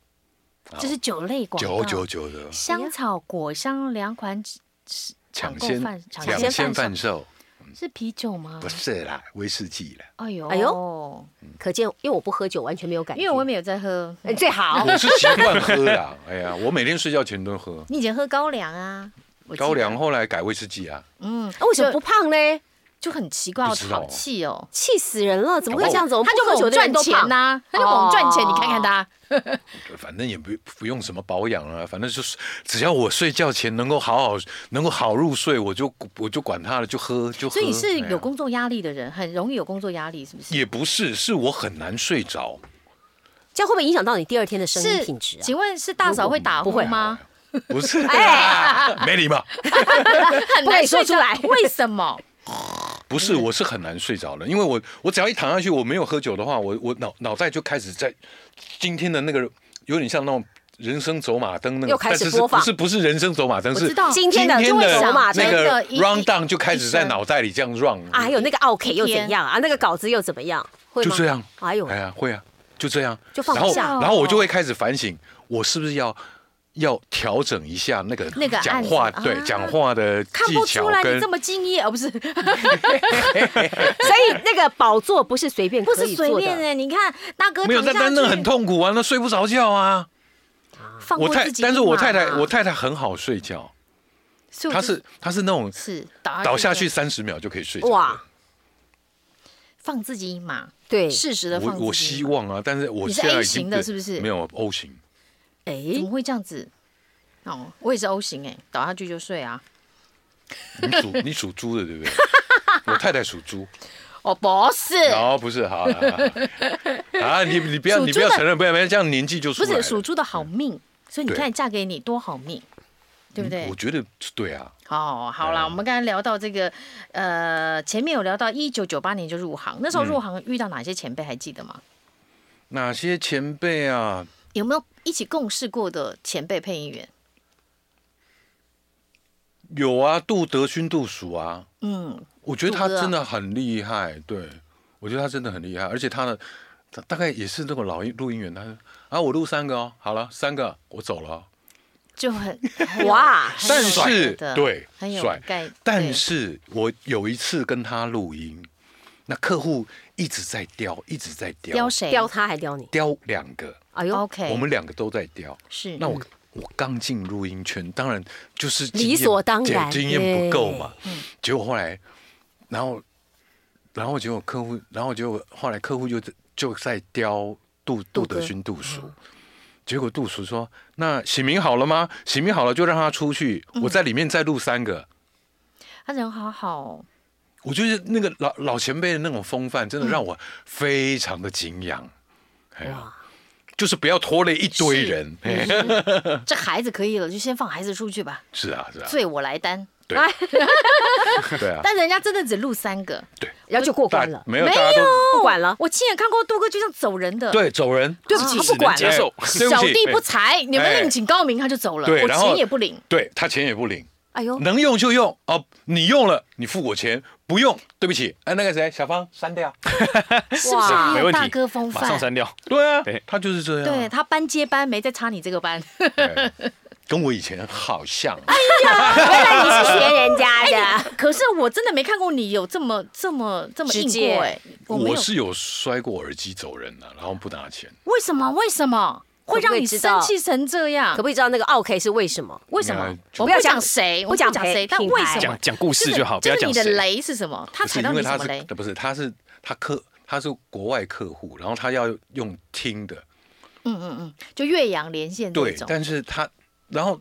Speaker 5: 这是酒类广告。
Speaker 3: 九九九的
Speaker 5: 香草果香两款只是
Speaker 3: 抢
Speaker 5: 购
Speaker 3: 先
Speaker 5: 贩嗯抢
Speaker 1: 先
Speaker 3: 抢先
Speaker 1: 贩
Speaker 3: 贩售，
Speaker 5: 是啤酒吗？
Speaker 3: 不。是啦，威士忌啦。
Speaker 5: 哎呦
Speaker 1: 哎
Speaker 5: 哎
Speaker 1: 呦
Speaker 5: 呦，
Speaker 1: 可见因为我不喝酒，完全没有感觉。
Speaker 5: 因为我也没有在喝，
Speaker 1: 哎最好
Speaker 3: 我是习惯喝啦， *laughs* 哎呀，我每天睡觉前都喝
Speaker 5: 你以前喝高粱啊。我记得
Speaker 3: 高粱，。后来改威士忌啊。
Speaker 5: 嗯，
Speaker 1: 啊为什么不胖嘞？
Speaker 5: 就很奇怪，好
Speaker 3: 不知道
Speaker 5: 淘气哦。
Speaker 1: 气死人了！怎么会这样子？我们
Speaker 5: 他就
Speaker 3: 哦
Speaker 1: 不喝酒
Speaker 5: 猛
Speaker 1: 的人
Speaker 5: 赚
Speaker 1: 都
Speaker 5: 钱
Speaker 1: 胖
Speaker 5: 呐、他就猛赚钱，
Speaker 1: 哦
Speaker 5: 你看看他，
Speaker 3: 反正也不不用什么保养啊，反正就是只要我睡觉前能够好好能够好入睡，我就我就管他了，就喝就喝。
Speaker 5: 所以你是
Speaker 3: 哎呀
Speaker 5: 有工作压力的人，很容易有工作压力，是不是？
Speaker 3: 也不是，是我很难睡着。
Speaker 1: 这样会不会影响到你第二天的声音
Speaker 5: 是
Speaker 1: 品质啊？
Speaker 5: 请问是大嫂会打呼
Speaker 1: 不会
Speaker 5: 吗？哎
Speaker 3: 不
Speaker 5: *laughs*
Speaker 3: 是啦， *laughs* 没礼貌。
Speaker 5: 很
Speaker 1: 不可以
Speaker 5: 难
Speaker 1: 说
Speaker 5: 睡
Speaker 1: 出
Speaker 5: 着
Speaker 1: 来
Speaker 5: 为什么？
Speaker 3: 不是，我是很难睡着的，因为我我只要一躺下去，我没有喝酒的话，我我脑脑袋就开始在今天的那个有点像那种人生走马灯那个，
Speaker 1: 又开始
Speaker 3: 但是是
Speaker 1: 播放
Speaker 3: 不是不是人生走马灯，
Speaker 5: 我
Speaker 3: 是
Speaker 5: 知道
Speaker 1: 今天的
Speaker 3: 今
Speaker 1: 就会
Speaker 3: 天
Speaker 1: 走马
Speaker 3: 的那
Speaker 1: 灯
Speaker 3: 个
Speaker 5: 真的一
Speaker 3: round down
Speaker 5: 一
Speaker 3: 就开始在
Speaker 5: 一
Speaker 3: 脑袋里这样 run，
Speaker 1: 啊，还有那个 OK 又怎样
Speaker 5: 嗯
Speaker 1: 啊？那个稿子又怎么样？会吗？
Speaker 3: 就这样，
Speaker 1: 哎呦，
Speaker 3: 哎呀，会啊，就这样，
Speaker 1: 就放不
Speaker 3: 然后
Speaker 1: 下
Speaker 3: 然后我就会开始反省，我是不是要。要调整一下那个
Speaker 5: 那个
Speaker 3: 讲
Speaker 5: 案子
Speaker 3: 话，
Speaker 5: 啊
Speaker 3: 对讲话的
Speaker 5: *laughs* 看
Speaker 3: 技
Speaker 5: 不
Speaker 3: 巧
Speaker 5: 出来
Speaker 3: 跟
Speaker 5: 你这么敬业，哦，不是，
Speaker 1: 所以那个宝座不是随便
Speaker 5: 不
Speaker 1: 可
Speaker 5: 是
Speaker 1: 以
Speaker 5: 随
Speaker 1: 坐
Speaker 5: 便
Speaker 1: 的。
Speaker 5: 哎，你看大哥
Speaker 3: 没有，
Speaker 5: 躺
Speaker 3: 但
Speaker 5: 下
Speaker 3: 但那很
Speaker 5: 去，
Speaker 3: 痛苦啊，那睡不着觉啊。
Speaker 5: 放
Speaker 3: 我
Speaker 5: 过
Speaker 3: 太
Speaker 5: 自，己
Speaker 3: 但是
Speaker 5: 一
Speaker 3: 我
Speaker 5: 马
Speaker 3: 太太，
Speaker 5: 嘛
Speaker 3: 我太太很好睡觉，
Speaker 5: 所以我
Speaker 3: 她
Speaker 5: 就是
Speaker 3: 她是那种
Speaker 5: 是倒
Speaker 3: 倒下去，三十秒就可以睡着。
Speaker 1: 哇，
Speaker 5: 放自己一马，
Speaker 1: 对，
Speaker 5: 适时的
Speaker 3: 我
Speaker 5: 放自己一马。
Speaker 3: 我希望啊，但是我
Speaker 5: 你是
Speaker 3: 现在
Speaker 5: A
Speaker 3: 已经
Speaker 5: 型的是不是
Speaker 3: 没有 O 型，
Speaker 1: 哎，
Speaker 5: 怎么会这样子？哦，我也是 O 型哎、倒下去就睡啊。
Speaker 3: 你
Speaker 5: *laughs*
Speaker 3: 属你属猪的对不对？我太太属猪，
Speaker 5: 哦，不是，
Speaker 3: 哦，不是，好啊，
Speaker 5: *laughs*
Speaker 3: 好啊啊，你你不要
Speaker 5: 属
Speaker 3: 你
Speaker 5: 猪
Speaker 3: 不要
Speaker 5: 的
Speaker 3: 承认，不要不要这样年纪就出
Speaker 5: 不
Speaker 3: 来了
Speaker 5: 是属猪的好命，所以你
Speaker 3: 嗯对
Speaker 5: 看嫁给你多好命，对不对
Speaker 3: 我？觉得对啊，
Speaker 5: 哦，好啦，我们刚才聊到这个，呃，前面有聊到一九九八年就入行，那时
Speaker 3: 嗯
Speaker 5: 候入行遇到哪些前辈还记得吗？
Speaker 3: 哪些前辈啊？
Speaker 5: 有没有一起共事过的前辈配音员？
Speaker 3: 有啊，杜德勋杜叔啊，
Speaker 5: 嗯，
Speaker 3: 我觉得他
Speaker 5: 杜哥啊
Speaker 3: 真的很厉害，对我觉得他真的很厉害，而且他的他大概也是那个老音录音员，他说啊，我录三个哦，好了，三个我走了哦，*laughs*
Speaker 5: 就很
Speaker 1: 哇
Speaker 5: 很
Speaker 3: 但
Speaker 5: 有
Speaker 3: 是
Speaker 5: 的
Speaker 3: 对
Speaker 5: 很有
Speaker 3: 帅
Speaker 5: 概，
Speaker 3: 但
Speaker 5: 对
Speaker 3: 是我有一次跟他录音，那客户一直在刁，一直在刁，
Speaker 5: 雕谁？
Speaker 1: 刁他还刁你？
Speaker 3: 刁两个，
Speaker 1: 哎呦，
Speaker 5: OK，
Speaker 3: 我们两个都在刁，
Speaker 5: 是
Speaker 1: 嗯
Speaker 3: 那我我刚进录音圈，当然就是
Speaker 1: 理所当
Speaker 3: 经
Speaker 1: 然嗯
Speaker 3: 验经验不够嘛。结果后来，然后然后结果客户，然后结果后来客户就就在刁杜杜德勋杜叔。
Speaker 1: 嗯
Speaker 3: 结果杜叔说：“那洗名好了吗？洗名好了就让他出去，
Speaker 1: 嗯
Speaker 3: 我在里面再录三个。
Speaker 5: 他人好好哦、
Speaker 3: 我觉得那个老老前辈的那种风范，真的让我非常的敬仰。哎呀，就是不要拖累一堆
Speaker 5: 是
Speaker 3: 人。嗯
Speaker 5: 这孩子可以了，就先放孩子出去吧，
Speaker 3: 是啊，是啊，
Speaker 5: 罪我来担。啊
Speaker 3: 对啊。
Speaker 5: 但人家真的只录三个，
Speaker 1: 然后就过
Speaker 3: 大
Speaker 1: 关了，
Speaker 3: 没有，大家都
Speaker 1: 不管了。
Speaker 5: 我亲眼看过杜哥就这样走人的。
Speaker 3: 对走人，
Speaker 1: 对不起，
Speaker 5: 啊
Speaker 1: 他不管
Speaker 3: 哎
Speaker 1: 了
Speaker 6: 接。受
Speaker 3: 对
Speaker 5: 小
Speaker 3: 不起
Speaker 5: 弟不才，你们
Speaker 3: 哎
Speaker 5: 另请高明，他就走了，
Speaker 3: 对
Speaker 5: 我
Speaker 3: 然后
Speaker 5: 钱也不领。
Speaker 3: 对他钱也不领，
Speaker 1: 哎呦，
Speaker 3: 能用就用哦，你用了你付我钱，不用对不起，哎，那个谁，小芳删掉，
Speaker 5: 是不是
Speaker 1: 哇
Speaker 5: 很
Speaker 6: 没
Speaker 5: 有
Speaker 6: 问题
Speaker 5: 啊大哥风
Speaker 6: 马上
Speaker 5: 范？
Speaker 6: 删掉。
Speaker 3: 对啊
Speaker 6: 对，
Speaker 3: 他就是这
Speaker 5: 对
Speaker 3: 样，
Speaker 5: 他班接班，没再插你这
Speaker 1: *laughs*
Speaker 5: 个班。 *laughs*
Speaker 3: 对，跟我以前好像，啊
Speaker 1: 原来你是学人家的。
Speaker 5: 可是我真的没看过你有这么这么这么
Speaker 1: 直
Speaker 5: 硬
Speaker 1: 接
Speaker 5: 过哎，没
Speaker 3: 我
Speaker 5: 有。
Speaker 3: 是有摔过耳机走人的，然后不拿钱，
Speaker 5: 为什么？为什么会让
Speaker 1: 可不可
Speaker 5: 你
Speaker 1: 以知道
Speaker 5: 生气成这样
Speaker 1: 可不？可以知道那个 OK 是为什么？
Speaker 5: 为什么
Speaker 3: 你看？
Speaker 5: 啊我
Speaker 1: 不要
Speaker 5: 不讲
Speaker 1: 讲
Speaker 5: 谁，
Speaker 1: 不
Speaker 5: 我
Speaker 1: 讲
Speaker 5: 讲
Speaker 1: 谁
Speaker 5: 谁，但
Speaker 1: 品
Speaker 5: 为
Speaker 1: 牌
Speaker 5: 什么
Speaker 6: 讲？讲故事
Speaker 5: 是
Speaker 6: 就好，不
Speaker 5: 这
Speaker 6: 要
Speaker 5: 是
Speaker 6: 讲
Speaker 5: 你的
Speaker 6: 谁。
Speaker 5: 雷是什么？他
Speaker 3: 不是
Speaker 5: 踩到
Speaker 3: 因为
Speaker 5: 你什
Speaker 3: 他
Speaker 5: 么雷
Speaker 3: 是？不是他是他客他是国外客户，然后他要用听的，
Speaker 5: 嗯嗯嗯，就岳阳连线这
Speaker 3: 对，
Speaker 5: 种。
Speaker 3: 但是他然后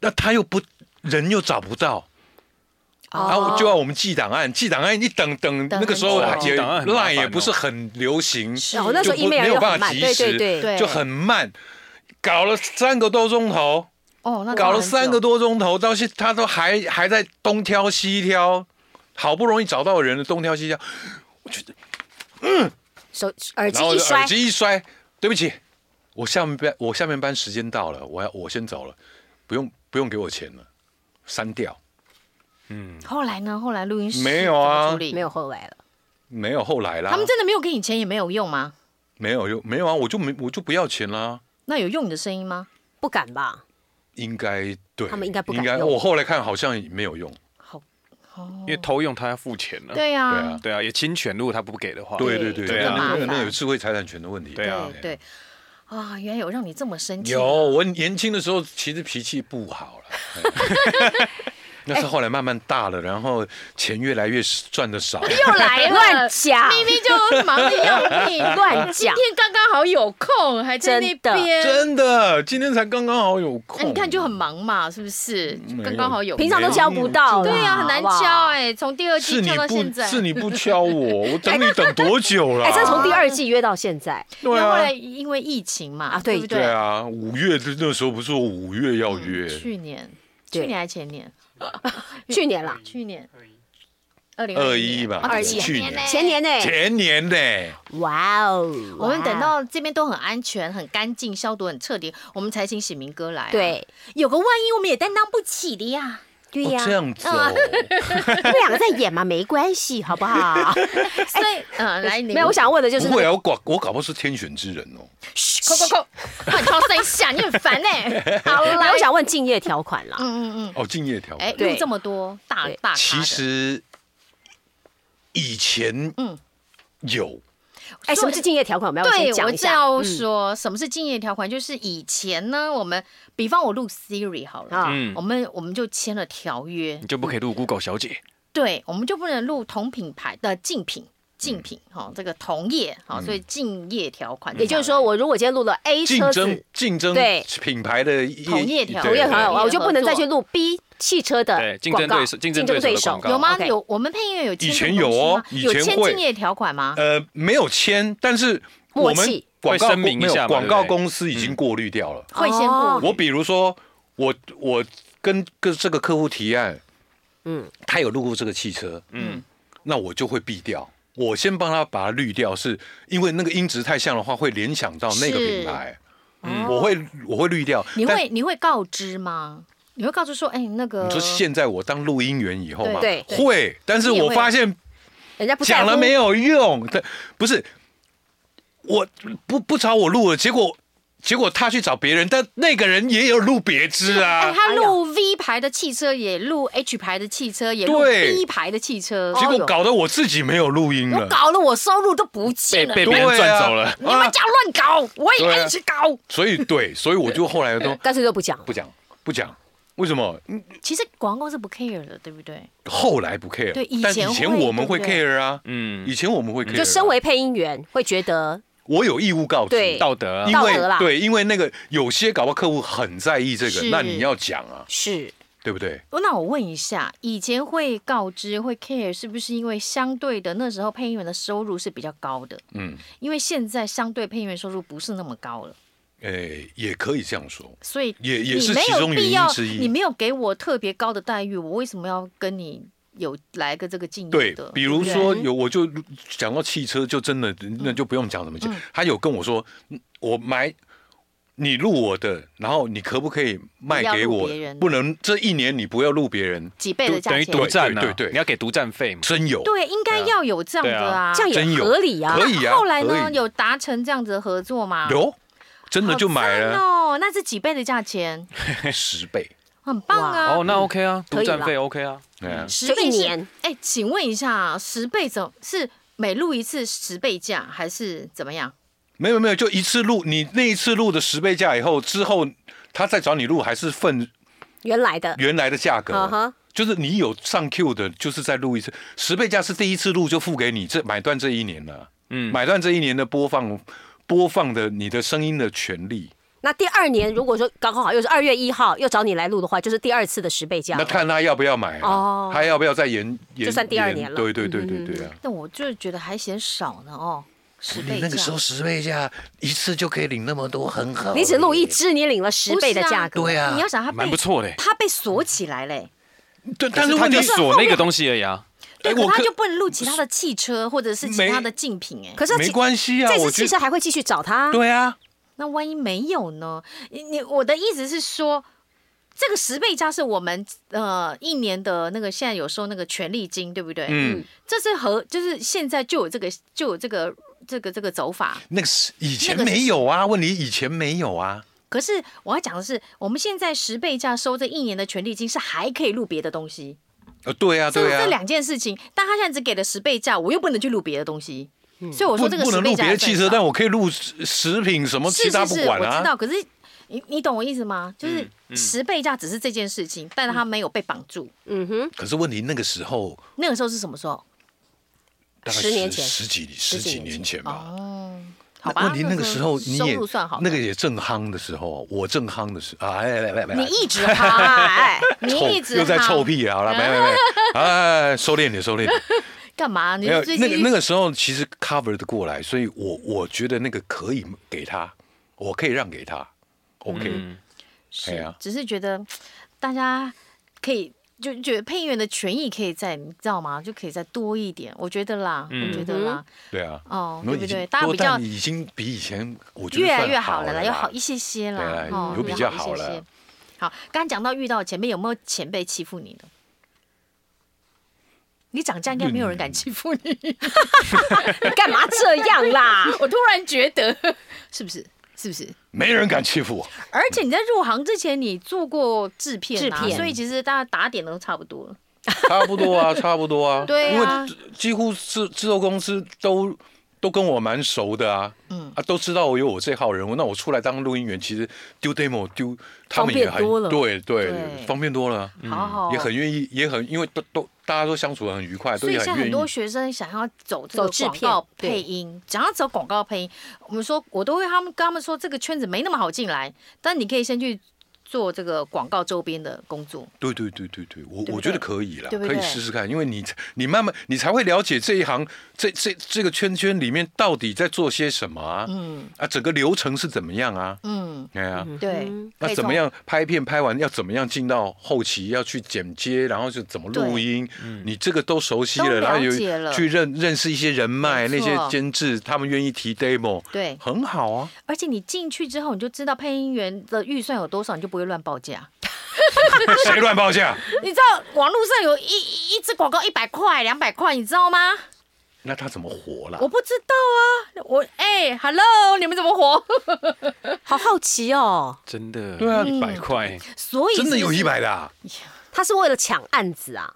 Speaker 3: 那他又不人又找不到。然后就要我们记档案，记档案一等等，
Speaker 5: 哦等
Speaker 3: 那个时候
Speaker 5: 很久
Speaker 3: 还也
Speaker 6: 记档案很麻烦哦
Speaker 3: line 也不是很流行，
Speaker 5: 是
Speaker 1: 然后那时候
Speaker 3: 就不
Speaker 1: email
Speaker 3: 没
Speaker 1: 又
Speaker 3: 有办
Speaker 1: 很
Speaker 3: 法
Speaker 1: 慢，
Speaker 3: 及
Speaker 1: 对
Speaker 3: 时，
Speaker 1: 对对，
Speaker 5: 对
Speaker 3: 就很慢，搞了三个多钟头，
Speaker 5: 哦，那
Speaker 3: 搞了
Speaker 5: 很久
Speaker 3: 三个多钟头，到现他都还还在东挑西挑，好不容易找到人了，东挑西挑，
Speaker 1: 手耳机
Speaker 3: 然后
Speaker 1: 一摔
Speaker 3: 耳，机一摔，对不起，我下面班我下面班时间到了，我要我先走了，不用不用给我钱了，删掉，
Speaker 5: 后来呢？后来录音室
Speaker 3: 没有啊
Speaker 5: 怎么处理
Speaker 1: 没有后来了。
Speaker 3: 没有后来啦，
Speaker 5: 他们真的没有给你钱，也没有用吗？
Speaker 3: 没有用没有啊，我就没我就不要钱啦。
Speaker 5: 那有用你的声音吗？
Speaker 1: 不敢吧？
Speaker 3: 应该对，
Speaker 1: 他们应该不敢用
Speaker 3: 我后来看好像没有用，
Speaker 5: 好，哦
Speaker 6: 因为偷用他要付钱了。
Speaker 5: 对呀、
Speaker 3: 对啊
Speaker 6: 对啊，也侵权，如果他不给的话，
Speaker 3: 对
Speaker 5: 对
Speaker 3: 对对，
Speaker 6: 对
Speaker 3: 那
Speaker 6: 啊
Speaker 3: 那
Speaker 5: 麻
Speaker 3: 个
Speaker 5: 烦
Speaker 3: 那有智慧财产权的问题，
Speaker 6: 对啊
Speaker 5: 对对啊、原来有让你这么生气，
Speaker 3: 有我年轻的时候其实脾气不好了，哎那是后来慢慢大了，然后钱越来越赚的少。
Speaker 5: 又来
Speaker 1: *laughs*
Speaker 5: 了，
Speaker 1: 乱讲，
Speaker 5: 咪咪就忙得要命，
Speaker 1: 乱
Speaker 5: 今
Speaker 1: 讲，
Speaker 5: 天刚刚好有空，还在那边。
Speaker 3: 真的，今天才刚刚好有
Speaker 5: 那
Speaker 3: 空。
Speaker 5: 哎你看就很忙嘛，是不是
Speaker 3: 没？有
Speaker 5: 刚刚好有空，
Speaker 1: 平常都教不到啦，
Speaker 5: 对呀，很难
Speaker 1: 好不好
Speaker 5: 教。哎，从第二
Speaker 3: 是
Speaker 5: 季
Speaker 3: 你
Speaker 5: 跳到现
Speaker 3: 不
Speaker 5: 在，
Speaker 3: 是你不敲
Speaker 1: *laughs*
Speaker 3: 我，我等你等多久了？
Speaker 1: 哎，这
Speaker 5: 啊
Speaker 1: 从第二季约到现在，
Speaker 5: 因
Speaker 3: 对
Speaker 5: 为后来
Speaker 3: 啊，
Speaker 5: 因为疫情嘛，
Speaker 1: 啊对
Speaker 5: 对不
Speaker 3: 对啊，五月的那时候不是说五月要
Speaker 1: 嗯
Speaker 3: 约，
Speaker 5: 去年，
Speaker 1: 对
Speaker 5: 去年还前年，
Speaker 1: 去年啦，
Speaker 5: 去年二零
Speaker 3: 二一吧，
Speaker 1: 二一
Speaker 3: 去年
Speaker 1: 前年呢，
Speaker 3: 前年呢、
Speaker 1: 哇哦，
Speaker 5: 我们
Speaker 1: 哇哦
Speaker 5: 等到这边都很安全、很干净、消毒很彻底，我们才请醒明哥来、，
Speaker 1: 对
Speaker 5: 有个万一我们也担当不起的呀。
Speaker 1: 对
Speaker 3: 哦
Speaker 1: 呀，嗯
Speaker 3: 这样子哦，
Speaker 1: 这两个在演嘛，没关系，好不好？
Speaker 5: 所以，嗯、来，你
Speaker 1: 没有，我想问的 *laughs* 就是
Speaker 3: 不，会啊，我搞我搞不好是天选之人哦。
Speaker 5: 扣扣扣，快敲三下，你很烦哎、好
Speaker 1: 没
Speaker 5: 啦
Speaker 1: 有，我，想问敬业条款啦。
Speaker 5: 嗯嗯嗯，
Speaker 3: 哦，敬业条款
Speaker 5: 哎、
Speaker 1: 对
Speaker 5: 录这么多大
Speaker 1: 对
Speaker 5: 大咖的
Speaker 3: 其实以前
Speaker 5: 嗯
Speaker 3: 有，
Speaker 1: 哎，什么是敬业条款？我们要
Speaker 5: 对
Speaker 1: 先
Speaker 5: 我
Speaker 1: 讲一
Speaker 5: 这
Speaker 1: 下。
Speaker 5: 要
Speaker 1: 嗯
Speaker 5: 说、什么是敬业条款，就是以前呢，我们比方我录 Siri 好了，
Speaker 1: 啊，嗯
Speaker 4: 嗯
Speaker 5: 我，们我们就签了条约
Speaker 4: 你，就不可以
Speaker 5: 嗯
Speaker 4: 录 Google 小姐，
Speaker 5: 对，我们就不能录同品牌的竞品。
Speaker 1: 嗯
Speaker 5: 竞品哈、哦，这个同业哈、哦，所以竞业条款，
Speaker 1: 也就是说，我如果今天录了 A
Speaker 3: 竞
Speaker 1: 车
Speaker 3: 争
Speaker 1: 子，
Speaker 3: 竞争
Speaker 1: 对
Speaker 3: 品牌的业
Speaker 5: 同业条
Speaker 1: 同业
Speaker 3: 对
Speaker 1: 朋友，
Speaker 5: 同业
Speaker 1: 我就不能再
Speaker 5: 合作
Speaker 1: 去录 B 汽车的
Speaker 4: 对竞
Speaker 1: 广
Speaker 4: 争对
Speaker 1: 告
Speaker 4: 手竞争对手的广告
Speaker 5: 有吗？
Speaker 1: OK
Speaker 5: 有我们配音员有签
Speaker 3: 以前
Speaker 5: 这种
Speaker 3: 有哦
Speaker 5: 东西吗
Speaker 3: 以
Speaker 5: 有
Speaker 3: 前
Speaker 5: 签
Speaker 3: 会
Speaker 5: 竞业条款吗？
Speaker 3: 呃，没有签，但是我
Speaker 1: 默
Speaker 3: 们
Speaker 1: 契
Speaker 3: 广告
Speaker 4: 会声
Speaker 3: 公
Speaker 4: 明一
Speaker 3: 没有
Speaker 4: 下嘛
Speaker 3: 广告
Speaker 4: 对不对嗯
Speaker 3: 公司已经过滤掉了。
Speaker 5: 会先过
Speaker 1: 哦
Speaker 5: 滤
Speaker 3: 我比如说，我我跟跟这个客户提案，
Speaker 1: 嗯
Speaker 3: 嗯，他有路过这个汽车，
Speaker 4: 嗯，
Speaker 3: 那我就会避掉。我先帮他把它滤掉，是因为那个音质太像的话，会联想到那个
Speaker 5: 是
Speaker 3: 品牌，我会我会滤掉。
Speaker 5: 你
Speaker 3: 但
Speaker 5: 会你会告知吗？你会告知说，哎，那个
Speaker 3: 你说现在我当录音员以后嘛，
Speaker 1: 对对
Speaker 3: 会，但是
Speaker 5: 你也
Speaker 3: 我
Speaker 5: 会
Speaker 3: 发现
Speaker 1: 人家不在
Speaker 3: 讲
Speaker 1: 乎
Speaker 3: 了没有用，但不是我不不找我录了，结果结果他去找别人，但那个人也有录别支
Speaker 5: 哎， *laughs*
Speaker 3: 啊，
Speaker 5: 他
Speaker 1: 哎呀
Speaker 5: 录 V 牌的汽车，也录 H 牌的汽车，也录
Speaker 3: 对
Speaker 5: B 牌的汽车，
Speaker 3: 结
Speaker 5: 哦
Speaker 3: 果
Speaker 5: 哟
Speaker 3: 搞得我自己没有录音
Speaker 5: 我
Speaker 3: 了。
Speaker 5: 搞了，我收入都不
Speaker 4: 被
Speaker 5: 见了。
Speaker 4: 哎被别人
Speaker 3: 啊
Speaker 4: 赚走了。
Speaker 5: 你们这样乱搞，我也
Speaker 3: 对
Speaker 5: 要
Speaker 3: 啊
Speaker 5: 一起搞。
Speaker 3: *laughs* 所以对，所以我就后来都
Speaker 1: 干脆就不讲了。
Speaker 3: 不讲不讲，为什么？嗯
Speaker 5: 其实广告公司不 care 的，对不对？
Speaker 3: 后来不 care，
Speaker 5: 对以
Speaker 3: 但
Speaker 5: 前
Speaker 3: 以前
Speaker 5: 会
Speaker 3: 我们会
Speaker 5: 对不对
Speaker 3: care 啊，
Speaker 4: 嗯
Speaker 3: 以前我们会 care，啊
Speaker 1: 就身为配音员，会觉得
Speaker 3: 我有义务告知，
Speaker 1: 对
Speaker 4: 道德啊
Speaker 3: 因为
Speaker 1: 道德啦
Speaker 3: 对，因为那个有些搞不好客户很在意这个
Speaker 5: 是，
Speaker 3: 那你要讲啊，
Speaker 1: 是
Speaker 3: 对不对？
Speaker 5: 哦那我问一下，以前会告知会 care，是不是因为相对的那时候配音员的收入是比较高的？
Speaker 3: 嗯，
Speaker 5: 因为现在相对配音员收入不是那么高了，
Speaker 3: 诶，也可以这样说，
Speaker 5: 所以
Speaker 3: 也也
Speaker 5: 你
Speaker 3: 是
Speaker 5: 没
Speaker 3: 其
Speaker 5: 有
Speaker 3: 中原
Speaker 5: 必
Speaker 3: 因
Speaker 5: 要
Speaker 3: 之，一
Speaker 5: 你没有给我特别高的待遇，我为什么要跟你有来个这个竞
Speaker 3: 对
Speaker 5: 业的？，
Speaker 3: 比如说有，我就讲到汽车，就真的那就不用讲什么钱。他有跟我说，嗯我买你录我的，然后你可不可以卖给
Speaker 5: 不要录
Speaker 3: 我
Speaker 5: 别人？的
Speaker 3: 不能这一年你不要录别人，
Speaker 5: 几倍的价
Speaker 4: 等于
Speaker 5: 钱，
Speaker 4: 独占啊，
Speaker 3: 对对对对
Speaker 4: 你要给独占费嘛。
Speaker 3: 真有
Speaker 5: 对，应该要有这样的啊。
Speaker 1: 这样
Speaker 3: 真
Speaker 1: 也
Speaker 3: 有
Speaker 1: 合理啊。
Speaker 3: 可以啊。
Speaker 5: 后来呢
Speaker 3: 可，以
Speaker 5: 有达成这样子的合作吗？
Speaker 3: 有真的
Speaker 5: 好哦
Speaker 3: 就买
Speaker 5: 赞
Speaker 3: 了
Speaker 5: 哦，那是几倍的价钱，
Speaker 3: *laughs* 十倍，
Speaker 5: 很棒啊！
Speaker 4: 哦，那 OK 啊，
Speaker 1: 可
Speaker 4: 独
Speaker 1: 以啦
Speaker 4: 占费 OK 啊，
Speaker 3: 对啊
Speaker 5: 十倍
Speaker 1: 就一
Speaker 5: 是
Speaker 1: 年。
Speaker 5: 哎、请问一下，啊十倍怎是每录一次十倍价，还是怎么样？
Speaker 3: 没有没有，就一次录，你那一次录的十倍价以后，之后他再找你录还是份
Speaker 1: 原来的
Speaker 3: 原来的价格。
Speaker 1: 嗯哼
Speaker 3: 就是你有上 Q 的，就是再录一次，十倍价是第一次录就付给你，这买断这一年了，
Speaker 4: 嗯，
Speaker 3: 买断这一年的播放播放的你的声音的权利。
Speaker 1: 那第二年，如果说刚好好又是二月一号又找你来录的话，就是第二次的十倍价了。
Speaker 3: 那看他要不要买、啊，
Speaker 1: 哦
Speaker 3: 他要不要再延延，
Speaker 1: 就算第二
Speaker 3: 延
Speaker 1: 年了
Speaker 3: 对对对对对啊。
Speaker 5: 但我就是觉得还嫌少呢哦，十倍
Speaker 3: 你
Speaker 5: 价。
Speaker 3: 那个时候十倍价一次就可以领那么多，很好。
Speaker 1: 你只录一支，你领了十倍的价格。
Speaker 3: 对啊
Speaker 5: 你要想他
Speaker 4: 蛮
Speaker 5: 被
Speaker 4: 不错的。
Speaker 5: 他被锁起来嘞，
Speaker 3: 对，但是
Speaker 4: 他
Speaker 3: 问
Speaker 4: 就
Speaker 3: 题
Speaker 4: 锁那个东西而已啊。
Speaker 5: 对，
Speaker 3: 哎
Speaker 5: 可
Speaker 3: 我
Speaker 5: 他
Speaker 3: 可
Speaker 5: 就不能录其他的汽车或者是其
Speaker 3: 没
Speaker 5: 他的竞品哎。
Speaker 1: 可是
Speaker 3: 没
Speaker 1: 其
Speaker 3: 关系啊，
Speaker 1: 这
Speaker 3: 我
Speaker 1: 次
Speaker 3: 觉
Speaker 1: 汽
Speaker 3: 得
Speaker 1: 车还会继续找他。
Speaker 3: 对啊，
Speaker 5: 那万一没有呢？你你我的意思是说，这个十倍加是我们呃一年的那个现在有时候那个权利金，对不对？
Speaker 3: 嗯，
Speaker 5: 这是和就是现在就有这个就有这个这个这个走法。
Speaker 3: 那个是以前
Speaker 5: 那个是
Speaker 3: 没有啊，问你以前没有啊，
Speaker 5: 可是我要讲的是，我们现在十倍价收这一年的权利金是还可以录别的东西，
Speaker 3: 呃，对啊，
Speaker 5: 所以
Speaker 3: 对啊
Speaker 5: 这，两件事情。但他现在只给了十倍价，我又不能去录别的东西，所以我
Speaker 3: 不
Speaker 5: 说这个
Speaker 3: 嗯不
Speaker 5: 十
Speaker 3: 能
Speaker 5: 倍
Speaker 3: 录
Speaker 5: 价
Speaker 3: 别的汽车，
Speaker 5: 算少
Speaker 3: 但我可以录食食品什么，
Speaker 5: 是
Speaker 3: 其他
Speaker 5: 是
Speaker 3: 不
Speaker 5: 是，
Speaker 3: 管
Speaker 5: 我知
Speaker 3: 啊。嗯
Speaker 5: 道。可是你你懂我意思吗？就是十倍价只是这件事情，但是他没有被绑住。
Speaker 1: 嗯哼，
Speaker 3: 可是问题那个时候
Speaker 5: 那个时候是什么时候？
Speaker 3: 大概
Speaker 1: 十年前
Speaker 3: 十几十
Speaker 1: 几
Speaker 3: 几
Speaker 1: 年
Speaker 3: 年前吧。
Speaker 5: 哦，
Speaker 3: 那
Speaker 5: 好吧，
Speaker 3: 问题那个时候你
Speaker 5: 收
Speaker 3: 也
Speaker 5: 入算好，
Speaker 3: 那个也正夯的时候，我正夯的时候啊，来来来来，
Speaker 5: 你一直嗨，
Speaker 3: *laughs*
Speaker 5: 你
Speaker 3: 臭
Speaker 5: 一直
Speaker 3: 又在
Speaker 5: 哈
Speaker 3: 臭屁啊！好了，没没没，哎，收敛点，收敛点。
Speaker 5: 干嘛？ *laughs* 你
Speaker 3: 没有
Speaker 5: 最
Speaker 3: 那个
Speaker 5: 近
Speaker 3: 那个时候其实 cover 的过来，所以我我觉得那个可以给他，我可以让给他，OK，、哎
Speaker 4: 嗯，
Speaker 5: 是
Speaker 3: 呀，
Speaker 5: 只是觉得大家可以就觉得配音员的权益可以再，你知道吗？就可以再多一点，我觉得啦，
Speaker 3: 嗯
Speaker 5: 我觉得啦，
Speaker 3: 对啊，
Speaker 5: 哦，
Speaker 3: 那
Speaker 5: 对不
Speaker 3: 已经
Speaker 5: 对？大家比较
Speaker 3: 但已经比以前我觉得
Speaker 5: 越来
Speaker 3: 算
Speaker 5: 越好了啦，
Speaker 3: 啦，
Speaker 5: 又好一些些啦
Speaker 3: 对，啦
Speaker 5: 哦，
Speaker 3: 有
Speaker 5: 又
Speaker 3: 比较
Speaker 5: 好
Speaker 3: 好
Speaker 5: 一些
Speaker 3: 了
Speaker 5: 些。好，刚刚讲到遇到前辈，有没有前辈欺负你的？你长这样，应该没有人
Speaker 3: 嗯
Speaker 5: 敢欺负你。 *laughs*
Speaker 1: 干嘛这样啦？
Speaker 3: *laughs*
Speaker 5: 我突然觉得，是不是？是不是？
Speaker 3: 没人敢欺负我。
Speaker 5: 而且你在入行之前，你做过制片、啊，
Speaker 1: 制片
Speaker 5: 所以其实大家打点都差不多了。
Speaker 3: 差不多 *laughs* 啊，差不多啊。
Speaker 5: 对啊
Speaker 3: 因为几乎制制作公司都都跟我蛮熟的啊，嗯啊，都知道我有我这号人物。那我出来当录音员，其实丢 demo 丢，他们也
Speaker 1: 方
Speaker 3: 很
Speaker 1: 便多了
Speaker 3: 对对
Speaker 5: 对哦
Speaker 3: 方便多了，啊
Speaker 5: 好好，
Speaker 3: 嗯也很愿意，也很因为都都大家都相处得很愉快，都
Speaker 5: 所以
Speaker 3: 也
Speaker 5: 现在
Speaker 3: 很
Speaker 5: 很
Speaker 3: 愿
Speaker 5: 多
Speaker 3: 意。
Speaker 5: 学生想要走这个
Speaker 1: 走制
Speaker 5: 广
Speaker 1: 片
Speaker 5: 告
Speaker 1: 对
Speaker 5: 配音，想要走广告配音，我们说我都会他们跟他们说这个圈子没那么好进来，但你可以先去做这个广告周边的工作。
Speaker 3: 对对对对对，我
Speaker 5: 对
Speaker 3: 我觉得可以啦，
Speaker 5: 对不
Speaker 3: 可以
Speaker 5: 对
Speaker 3: 试试看，因为你你慢慢你才会了解这一行这这这个圈圈里面到底在做些什么啊，
Speaker 5: 嗯
Speaker 3: 啊，整个流程是怎么样啊，
Speaker 5: 嗯，
Speaker 3: 哎呀、
Speaker 5: 对。可
Speaker 3: 那
Speaker 5: 以
Speaker 3: 怎么
Speaker 5: 从？
Speaker 3: 样拍片拍完要怎么样进到后期要去剪接，然后就怎么录音，你这个都熟悉
Speaker 5: 都
Speaker 3: 了，
Speaker 5: 了
Speaker 3: 然后有
Speaker 5: 解了
Speaker 3: 去认认识一些人脉，
Speaker 5: 没
Speaker 3: 那
Speaker 5: 错
Speaker 3: 些监制他们愿意提 demo，
Speaker 5: 对，
Speaker 3: 很好啊。 *laughs*
Speaker 5: 而且你进去之后，你就知道配音员的预算有多少，你就不会乱报 *laughs* 价。
Speaker 3: 谁乱报价？ *laughs*
Speaker 5: 你知道网络上有一一一支广告一百块、两百块，你知道吗？
Speaker 3: 啊那他怎么活啦
Speaker 5: 我？不知道啊，我哎、h e l l o 你们怎么活？ *laughs*
Speaker 1: 好好奇哦，
Speaker 4: 真的，
Speaker 3: 对
Speaker 5: 嗯
Speaker 3: 啊
Speaker 4: 一百块，
Speaker 5: 所以
Speaker 3: 真的
Speaker 5: 是不
Speaker 3: 有
Speaker 5: 是
Speaker 3: 一百的啊？
Speaker 1: 他是为了抢案子啊？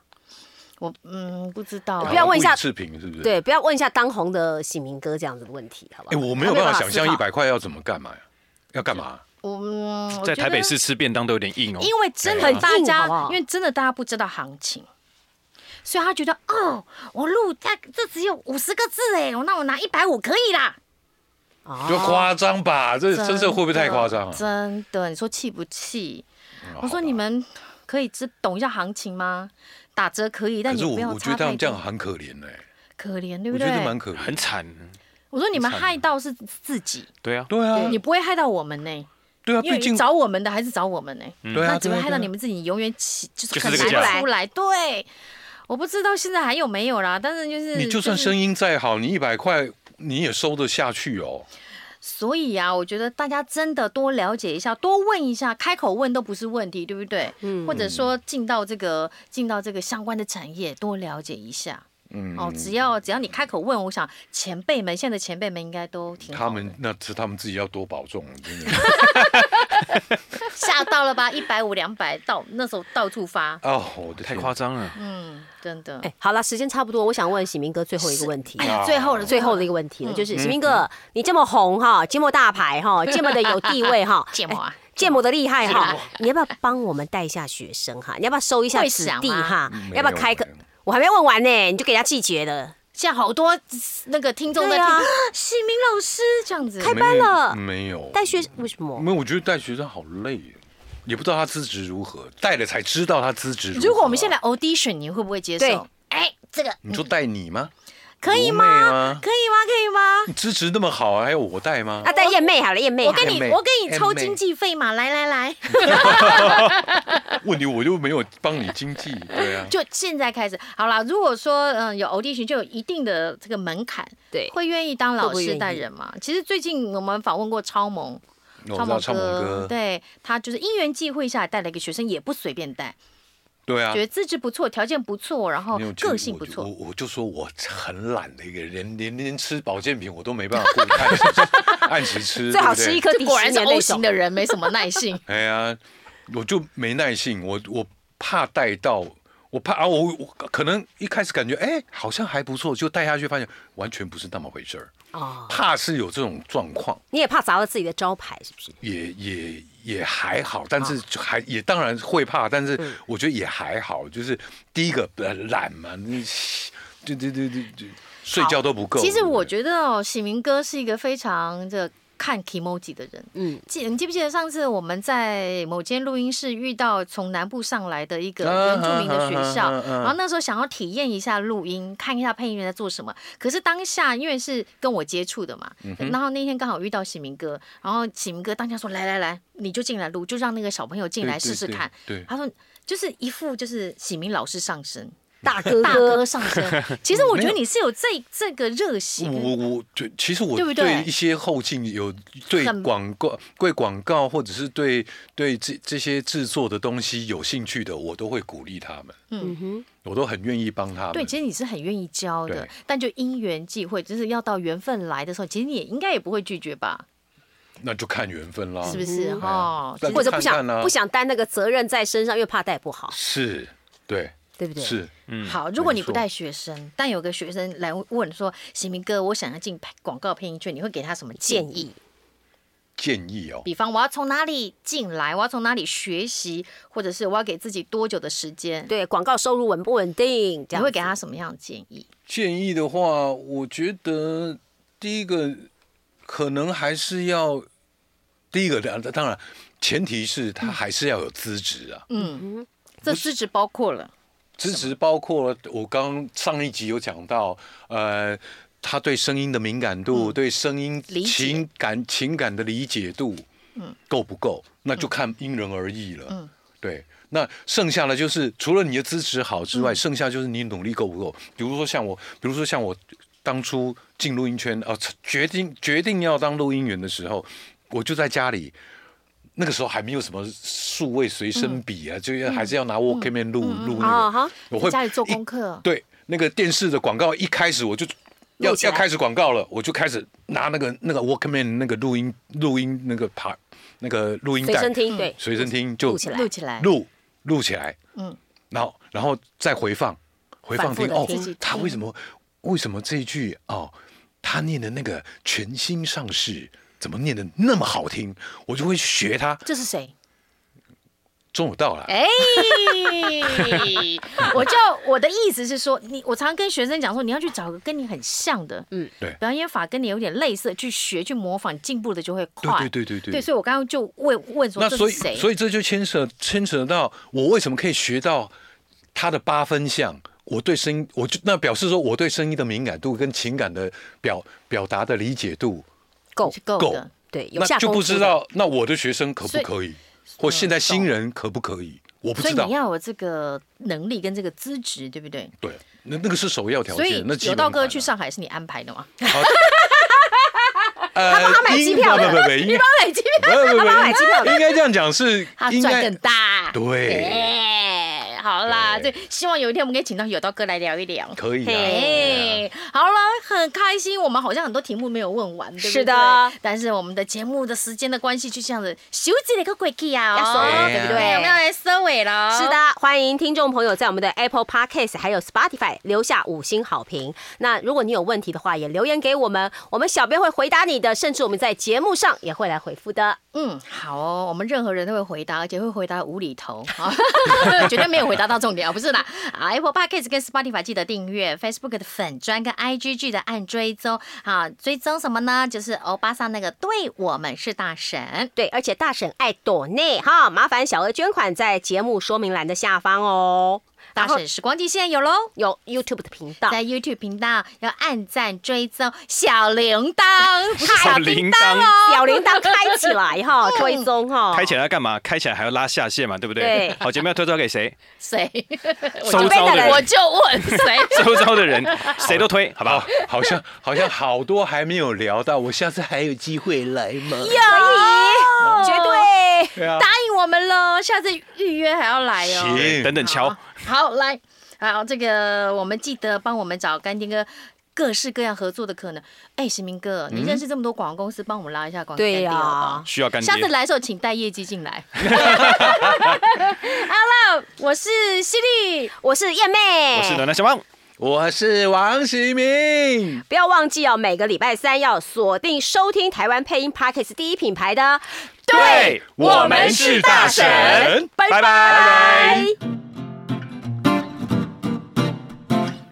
Speaker 5: 我嗯不知道、
Speaker 1: 不要问一下
Speaker 3: 故意视频是不是？。
Speaker 1: 对，不要问一下当红的喜明哥这样子的问题，好不
Speaker 3: 哎，
Speaker 1: 好？
Speaker 3: 我没有办法想
Speaker 1: 他没
Speaker 3: 象
Speaker 1: 有
Speaker 3: 一百块要怎么干嘛呀？要干嘛？
Speaker 5: 我嗯我
Speaker 4: 在
Speaker 5: 觉
Speaker 4: 台北
Speaker 5: 得
Speaker 4: 市吃便当都有点硬哦。
Speaker 5: 因为真的
Speaker 3: 啊
Speaker 1: 很
Speaker 5: 大
Speaker 1: 硬
Speaker 5: 家，
Speaker 1: 好不好
Speaker 5: 因为真的大家不知道行情，所以他觉得哦，我录大这只有五十个字哎，那我拿一百五可以啦。
Speaker 1: 哦
Speaker 3: 就夸张吧，这真的会不会太夸张啊？
Speaker 5: 真的，你说气不气？
Speaker 3: 嗯
Speaker 5: 我
Speaker 3: 好吧
Speaker 5: 说你们可以知懂一下行情吗？打折可以，但
Speaker 3: 可
Speaker 5: 你
Speaker 3: 是
Speaker 5: 不
Speaker 3: 我
Speaker 5: 要
Speaker 3: 我觉得
Speaker 5: 差
Speaker 3: 他
Speaker 5: 太
Speaker 3: 们这样
Speaker 5: 多。
Speaker 3: 很可怜呢，
Speaker 5: 可怜，对不
Speaker 3: 我
Speaker 5: 对
Speaker 3: 觉？得蛮可怜
Speaker 4: 很
Speaker 3: 的。
Speaker 4: 惨，
Speaker 5: 我说你们害到是自己，
Speaker 4: 对啊，
Speaker 3: 对啊
Speaker 5: 你，不会害到我们呢，
Speaker 3: 对啊，
Speaker 5: 因
Speaker 3: 毕
Speaker 5: 为
Speaker 3: 竟
Speaker 5: 找我们的还是找我们呢。
Speaker 3: 对啊，
Speaker 5: 那只
Speaker 3: 对
Speaker 5: 会
Speaker 3: 啊
Speaker 5: 害
Speaker 3: 对
Speaker 5: 到
Speaker 3: 啊
Speaker 5: 你们自己永远起，就是
Speaker 4: 就是
Speaker 5: 很
Speaker 4: 这
Speaker 5: 难
Speaker 4: 个价
Speaker 5: 出来。对，我不知道现在还有没有啦，但是就是
Speaker 3: 你就算
Speaker 5: 是
Speaker 3: 声音再好，你一百块你也收得下去哦。
Speaker 5: 所以啊，我觉得大家真的多了解一下，多问一下，开口问都不是问题，对不对？嗯，或者说进到这个进到这个相关的产业，多了解一下。嗯，哦，只要只要你开口问，我想前辈们现在的前辈们应该都挺好
Speaker 3: 他们那是他们自己要多保重，真的。
Speaker 5: *laughs* 吓到了吧？一百五、两百到那时候到处发，
Speaker 3: 哦，我的
Speaker 4: 太
Speaker 3: 天
Speaker 4: 夸张了。
Speaker 5: 嗯，真的。
Speaker 1: 哎，好了，时间差不多，我想问喜明哥最后一个问题
Speaker 5: 哎。呀，最后了，
Speaker 1: 最后的一
Speaker 5: 一，
Speaker 1: 个问题
Speaker 3: 嗯
Speaker 1: 了，就是喜明哥，你这么红哈，这么大牌
Speaker 3: *laughs*
Speaker 1: 哈，这么的有地位哈
Speaker 5: 芥末啊，
Speaker 1: 建模的厉害哈，你要不要帮我们带一下学生哈？你要不要收一下
Speaker 5: 会
Speaker 1: 子
Speaker 5: 想
Speaker 1: 弟
Speaker 5: 吗
Speaker 1: 哈
Speaker 3: 嗯？
Speaker 1: 要不要
Speaker 3: 没有
Speaker 1: 开个
Speaker 3: 没有？
Speaker 1: 我还没问完呢，你就给他拒绝了。
Speaker 5: 现在好多那个听众在听
Speaker 1: 对啊，
Speaker 5: 喜明老师这样子，
Speaker 1: 开班了
Speaker 3: 没有
Speaker 1: 带学为什么？
Speaker 3: 没有，我觉得带学生好累耶，也不知道他资质如何，带了才知道他资质如何。
Speaker 5: 如果我们现在来 audition，你会不会接
Speaker 1: 对
Speaker 5: 受？哎，这个
Speaker 3: 你说带你吗？
Speaker 5: 可以吗
Speaker 3: 罗妹吗
Speaker 5: 可以吗？可以吗？
Speaker 3: 你资质那么好，还要我带吗
Speaker 1: 啊，？带燕妹好了，燕妹
Speaker 5: 哦我
Speaker 1: 好了
Speaker 5: 跟你，
Speaker 3: 妹
Speaker 5: 我给你抽
Speaker 3: M 嗯妹
Speaker 5: 经济费嘛，来来来，啊
Speaker 3: 问题我又没有帮你经
Speaker 5: *laughs*
Speaker 3: 济，对啊。
Speaker 5: 就现在开始。好啦，如果说嗯有 audition，就有一定的这个门槛，
Speaker 1: 对
Speaker 5: 会愿意当
Speaker 1: 会
Speaker 5: 老
Speaker 1: 不会
Speaker 5: 师
Speaker 1: 愿意
Speaker 5: 带人吗？其实最近我们访问过超萌，
Speaker 3: 我知道超萌哥，
Speaker 5: 对他就是因缘际会下带了一个学生，也不随便带，
Speaker 3: 对啊
Speaker 5: 觉，得资质不错，条件不错，然后
Speaker 3: 没有
Speaker 5: 个性不
Speaker 3: 我
Speaker 5: 错。
Speaker 3: 我我就说我很懒的一个人，连连连吃保健品我都没办法顾按
Speaker 5: *laughs*
Speaker 3: 时按时吃，
Speaker 1: 最好
Speaker 3: 对不对
Speaker 1: 吃一颗
Speaker 5: 这
Speaker 1: 迪
Speaker 5: 果
Speaker 1: 士
Speaker 5: 然
Speaker 1: 尼
Speaker 5: 是
Speaker 1: 的
Speaker 5: O
Speaker 1: 那
Speaker 5: 型
Speaker 1: 种。
Speaker 5: 的人，没
Speaker 1: *laughs*
Speaker 5: 什么耐性。
Speaker 3: 哎呀，我就没耐性，我我怕带到，我怕啊，我我可能一开始感觉哎好像还不错，就带下去发现完全不是那么回事儿，
Speaker 1: 哦，
Speaker 3: 怕是有这种状况，
Speaker 1: 你也怕砸了自己的招牌是不是？
Speaker 3: 也也也还好，但是
Speaker 5: 啊
Speaker 3: 就还也当然会怕，但是
Speaker 5: 嗯
Speaker 3: 我觉得也还好。就是第一个呃懒嘛，你对对对对对，睡觉都不够。
Speaker 5: 其实我
Speaker 3: 得
Speaker 5: 觉得哦，喜明哥是一个非常的看 emoji 的人。
Speaker 1: 嗯，
Speaker 5: 记你记不记得上次我们在某间录音室遇到从南部上来的一个
Speaker 3: 啊
Speaker 5: 原住民的学校，
Speaker 3: 啊啊啊啊
Speaker 5: 然后那时候想要体验一下录音，看一下配音员在做什么。可是当下因为是跟我接触的嘛，
Speaker 3: 嗯
Speaker 5: 然后那天刚好遇到喜明哥，然后喜明哥当下说：“来来来，你就进来录，就让那个小朋友进来试试看。
Speaker 3: 对对
Speaker 5: 他说：“就是一副就是喜明老师上身。”
Speaker 1: 大哥
Speaker 5: 大哥
Speaker 1: 哥，
Speaker 5: 上身。其实我觉得你是有这这个热情，
Speaker 3: 我我就其实我
Speaker 5: 对不对
Speaker 3: 对一些后劲有对
Speaker 5: 很
Speaker 3: 广告、对广告或者是对对这这些制作的东西有兴趣的，我都会鼓励他们，
Speaker 1: 嗯哼，
Speaker 3: 我都很愿意帮他们。
Speaker 5: 对，其实你是很愿意教的
Speaker 3: 对，
Speaker 5: 但就因缘际会，就是要到缘分来的时候，其实你也应该也不会拒绝吧？
Speaker 3: 那就看缘分啦，
Speaker 5: 是不是？
Speaker 3: 嗯
Speaker 5: 哈，
Speaker 3: 对啊
Speaker 1: 或者不
Speaker 3: 看
Speaker 1: 想
Speaker 3: 看啊
Speaker 1: 不想担那个责任在身上，因为怕带不好，
Speaker 3: 是，对，
Speaker 1: 对不对？
Speaker 3: 是，
Speaker 4: 嗯
Speaker 5: 好，如果你不带学生，但有个学生来问说：“喜明哥，我想要进广告配音圈，你会给他什么建
Speaker 1: 建
Speaker 5: 议？
Speaker 1: 议
Speaker 3: 建议哦。
Speaker 5: 比方我要从哪里进来，我要从哪里学习，或者是我要给自己多久的时间？
Speaker 1: 对广告收入稳不稳定，这
Speaker 5: 你
Speaker 1: 样
Speaker 5: 会给
Speaker 1: 子
Speaker 5: 他什么样的建议？
Speaker 3: 建议的话，我觉得第一个可能还是要第一个，当当然前提是他还是要有资质啊。
Speaker 5: 嗯，这资质包括了。
Speaker 3: 资质包括我刚上一集有讲到，呃，他对声音的敏感度，对声音
Speaker 5: 嗯理解
Speaker 3: 情感情感的理解度，嗯，够不够？那
Speaker 5: 嗯
Speaker 3: 就看因人而异了。嗯，对。那剩下的就是除了你的资质好之
Speaker 1: 嗯
Speaker 3: 外，剩下就是你努力够不够。比如说像我，比如说像我当初进录音圈，呃，决定决定要当录音员的时候，我就在家里。那个时候还没有什么数位随
Speaker 1: 嗯
Speaker 3: 身笔啊，就要还是要拿 Walkman 录录那
Speaker 1: 啊
Speaker 3: 个
Speaker 1: 哈，
Speaker 3: 我会
Speaker 5: 在家里做
Speaker 3: 一
Speaker 5: 功课，
Speaker 3: 对，那个电视的广告一开始我就要
Speaker 1: 录起
Speaker 3: 要
Speaker 1: 来
Speaker 3: 开始广告了，我就开始拿那个那个 Walkman 那个录音录音那个盘那个录音
Speaker 1: 随
Speaker 3: 带
Speaker 1: 身听，
Speaker 5: 嗯
Speaker 1: 对，
Speaker 3: 随身听就
Speaker 1: 录起来
Speaker 5: 录起来。
Speaker 3: 录录起来，
Speaker 5: 嗯
Speaker 3: 嗯，然后然后再回放回放
Speaker 1: 反复
Speaker 3: 听
Speaker 1: 地
Speaker 3: 哦
Speaker 1: 听，
Speaker 3: 他为什么为什么这一句哦，他念的那个全新上市怎么念的那么好听，我就会学他，
Speaker 1: 这是谁？
Speaker 3: 终有到了。
Speaker 5: 哎， *laughs* 我就我的意思是说，你我常跟学生讲说，你要去找个跟你很像的，嗯，
Speaker 3: 对
Speaker 5: 表演法跟你有点类似，去学去模仿，进步的就会快。
Speaker 3: 对对对对对
Speaker 5: 所以我刚刚就问问说
Speaker 3: 那
Speaker 5: 这
Speaker 3: 所
Speaker 5: 是
Speaker 3: 以
Speaker 5: 谁？
Speaker 3: 所以这就牵扯牵扯到我为什么可以学到他的八分像，我对声音，我就那表示说我对声音的敏感度跟情感的表表达的理解度，
Speaker 1: 够
Speaker 5: 是够
Speaker 3: 够
Speaker 5: 的。
Speaker 1: 对，有
Speaker 3: 那
Speaker 1: 下
Speaker 3: 就
Speaker 1: 功
Speaker 3: 不
Speaker 1: 夫
Speaker 3: 知
Speaker 1: 的
Speaker 3: 道那我的学生可不
Speaker 5: 所以
Speaker 3: 可以，或现在新人可不可以，我不
Speaker 5: 所以
Speaker 3: 知道
Speaker 5: 你。要有这个能力跟这个资质，对不对？
Speaker 3: 对，那那个是首要条
Speaker 5: 所以
Speaker 3: 件。那基
Speaker 5: 有
Speaker 3: 本
Speaker 5: 道
Speaker 3: 盘
Speaker 5: 哥
Speaker 3: 啊
Speaker 5: 去，上海是你安排的吗？
Speaker 3: 呃，他
Speaker 1: 买机票
Speaker 3: 不
Speaker 1: 的
Speaker 3: 不不，应该
Speaker 1: 他累积
Speaker 3: 不不不，
Speaker 1: 买机票
Speaker 3: 应该这样讲是
Speaker 5: 他
Speaker 3: 应
Speaker 5: 赚
Speaker 3: 该
Speaker 5: 更大。
Speaker 3: 对，
Speaker 5: 哎，好啦，
Speaker 3: 对
Speaker 5: 对，希望有一天我们可以请到有道哥来聊一聊。
Speaker 3: 可以啊
Speaker 5: 嘿，哎好了，很开心，我们好像很多题目没有问完，对不对
Speaker 1: 是的，
Speaker 5: 但是我们的节目的时间的关系，就这样子，休息了个鬼气啊、
Speaker 1: 要收
Speaker 5: 哦，
Speaker 1: 对不
Speaker 5: 对
Speaker 1: 对
Speaker 5: 我们要来收尾了。
Speaker 1: 是的，，欢迎听众朋友在我们的 Apple Podcast 还有 Spotify 留下五星好评。那如果你有问题的话，也留言给我们，我们小编会回答你的，甚至我们在节目上也会来回复的。
Speaker 5: 嗯，好哦，我们任何人都会回答，而且会回答无厘头，好 *laughs* 绝对没有回答到重点啊，不是啦。啊，Apple Podcast 跟 Spotify 记得订阅，Facebook 的粉砖跟 IG 记得按追踪，啊，追踪什么呢？就是欧巴桑那个对我们是大神。
Speaker 1: 对，而且大婶爱朵内哈，麻烦小额捐款在节目说明栏的下方哦。
Speaker 5: 大
Speaker 1: 然后
Speaker 5: 婶时光机现在有喽，
Speaker 1: 有 YouTube 的频道，
Speaker 5: 在 YouTube 频道要按赞、追踪小铃铛，不是
Speaker 4: 小铃铛
Speaker 5: 哦。
Speaker 1: 小铃铛开起来哈，
Speaker 5: 嗯
Speaker 1: *laughs* 追踪哈，
Speaker 4: 开起来要干嘛？开起来还要拉下线嘛，对不对？
Speaker 1: 对
Speaker 4: 好，节目要推销给谁？
Speaker 5: 谁？
Speaker 4: 周遭的
Speaker 1: 对
Speaker 5: *laughs* 我
Speaker 4: 人，
Speaker 5: 就问谁？
Speaker 4: *laughs* 周遭的人，谁都推，好不好？
Speaker 3: 好像好像好多还没有聊到，我下次还有机会来吗？
Speaker 5: 哦
Speaker 1: 可以，绝对。
Speaker 3: 对啊
Speaker 5: 答，应我们喽，下次预约还要来哦。
Speaker 3: 行，
Speaker 4: 等等瞧，
Speaker 5: 好，来，好，这个我们记得帮我们找干爹哥。各式各样合作的可能，哎，石明哥，你认识这么多广告公司，帮我们拉一下广告干
Speaker 1: 对
Speaker 5: 爹
Speaker 1: 呀
Speaker 5: 好不好？
Speaker 4: 需要干爹
Speaker 5: 下。次来的时候，请带业绩进来。 *laughs* 好了，我是犀利，
Speaker 1: 我是燕妹，
Speaker 4: 我是暖暖小王，
Speaker 3: 我是王喜明，
Speaker 1: 不要忘记哦，每个礼拜三要锁定收听台湾配音 Parkes 第一品牌的。
Speaker 4: 对
Speaker 6: 我们是大神
Speaker 1: 拜拜。
Speaker 4: 拜拜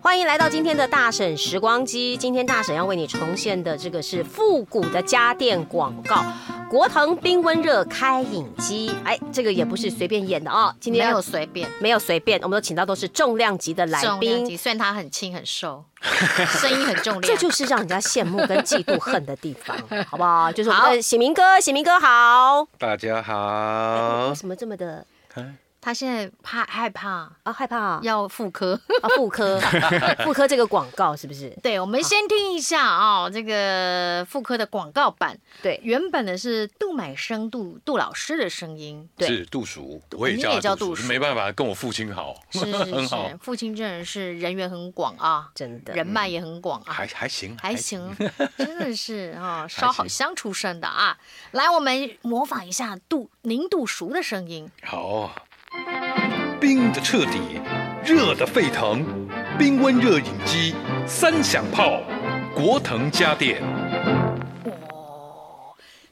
Speaker 1: 欢迎来到今天的大婶时光机。今天大婶要为你重现的这个是复古的家电广告，国腾冰温热开饮机。哎，这个也不是随便演的哦。今
Speaker 5: 没
Speaker 1: 天要
Speaker 5: 有随便。
Speaker 1: 没有随便，我们都请到都是重量级的来
Speaker 5: 重量
Speaker 1: 宾
Speaker 5: 级，，虽然他很轻很瘦， *laughs* 声音很重量，
Speaker 1: 这就是让人家羡慕跟嫉妒恨的地
Speaker 5: *laughs*
Speaker 1: 方，好不好？就是我们的喜明哥，喜明哥好。哎
Speaker 3: 大家好
Speaker 1: 为。什么这么的
Speaker 5: 他现在怕害怕
Speaker 1: 啊害怕啊？
Speaker 5: 要妇科。 *laughs*
Speaker 1: 啊，妇科，妇科这个广告是不是？
Speaker 5: 对，我们先听一下啊、这个妇科的广告版。
Speaker 1: 对，
Speaker 5: 原本的是杜满生杜杜老师的声音，
Speaker 1: 对
Speaker 3: 是杜叔，我也
Speaker 5: 你
Speaker 3: 叫
Speaker 5: 也
Speaker 3: 他
Speaker 5: 叫杜
Speaker 3: 叔，
Speaker 5: 叔
Speaker 3: 没办法，跟我父亲好，
Speaker 5: 是是
Speaker 3: 很好 *laughs*
Speaker 5: 是，父亲真的是人缘很广啊，
Speaker 1: 真的
Speaker 5: 人脉也很广啊，
Speaker 3: 嗯还还行，
Speaker 5: 还
Speaker 3: 行。
Speaker 5: 行，真的是啊，烧好香出身的啊。来，我们模仿一下杜您杜叔的声音，
Speaker 3: 好，
Speaker 6: 冰的彻底，热的沸腾，冰温热饮机，三响炮，国腾家电。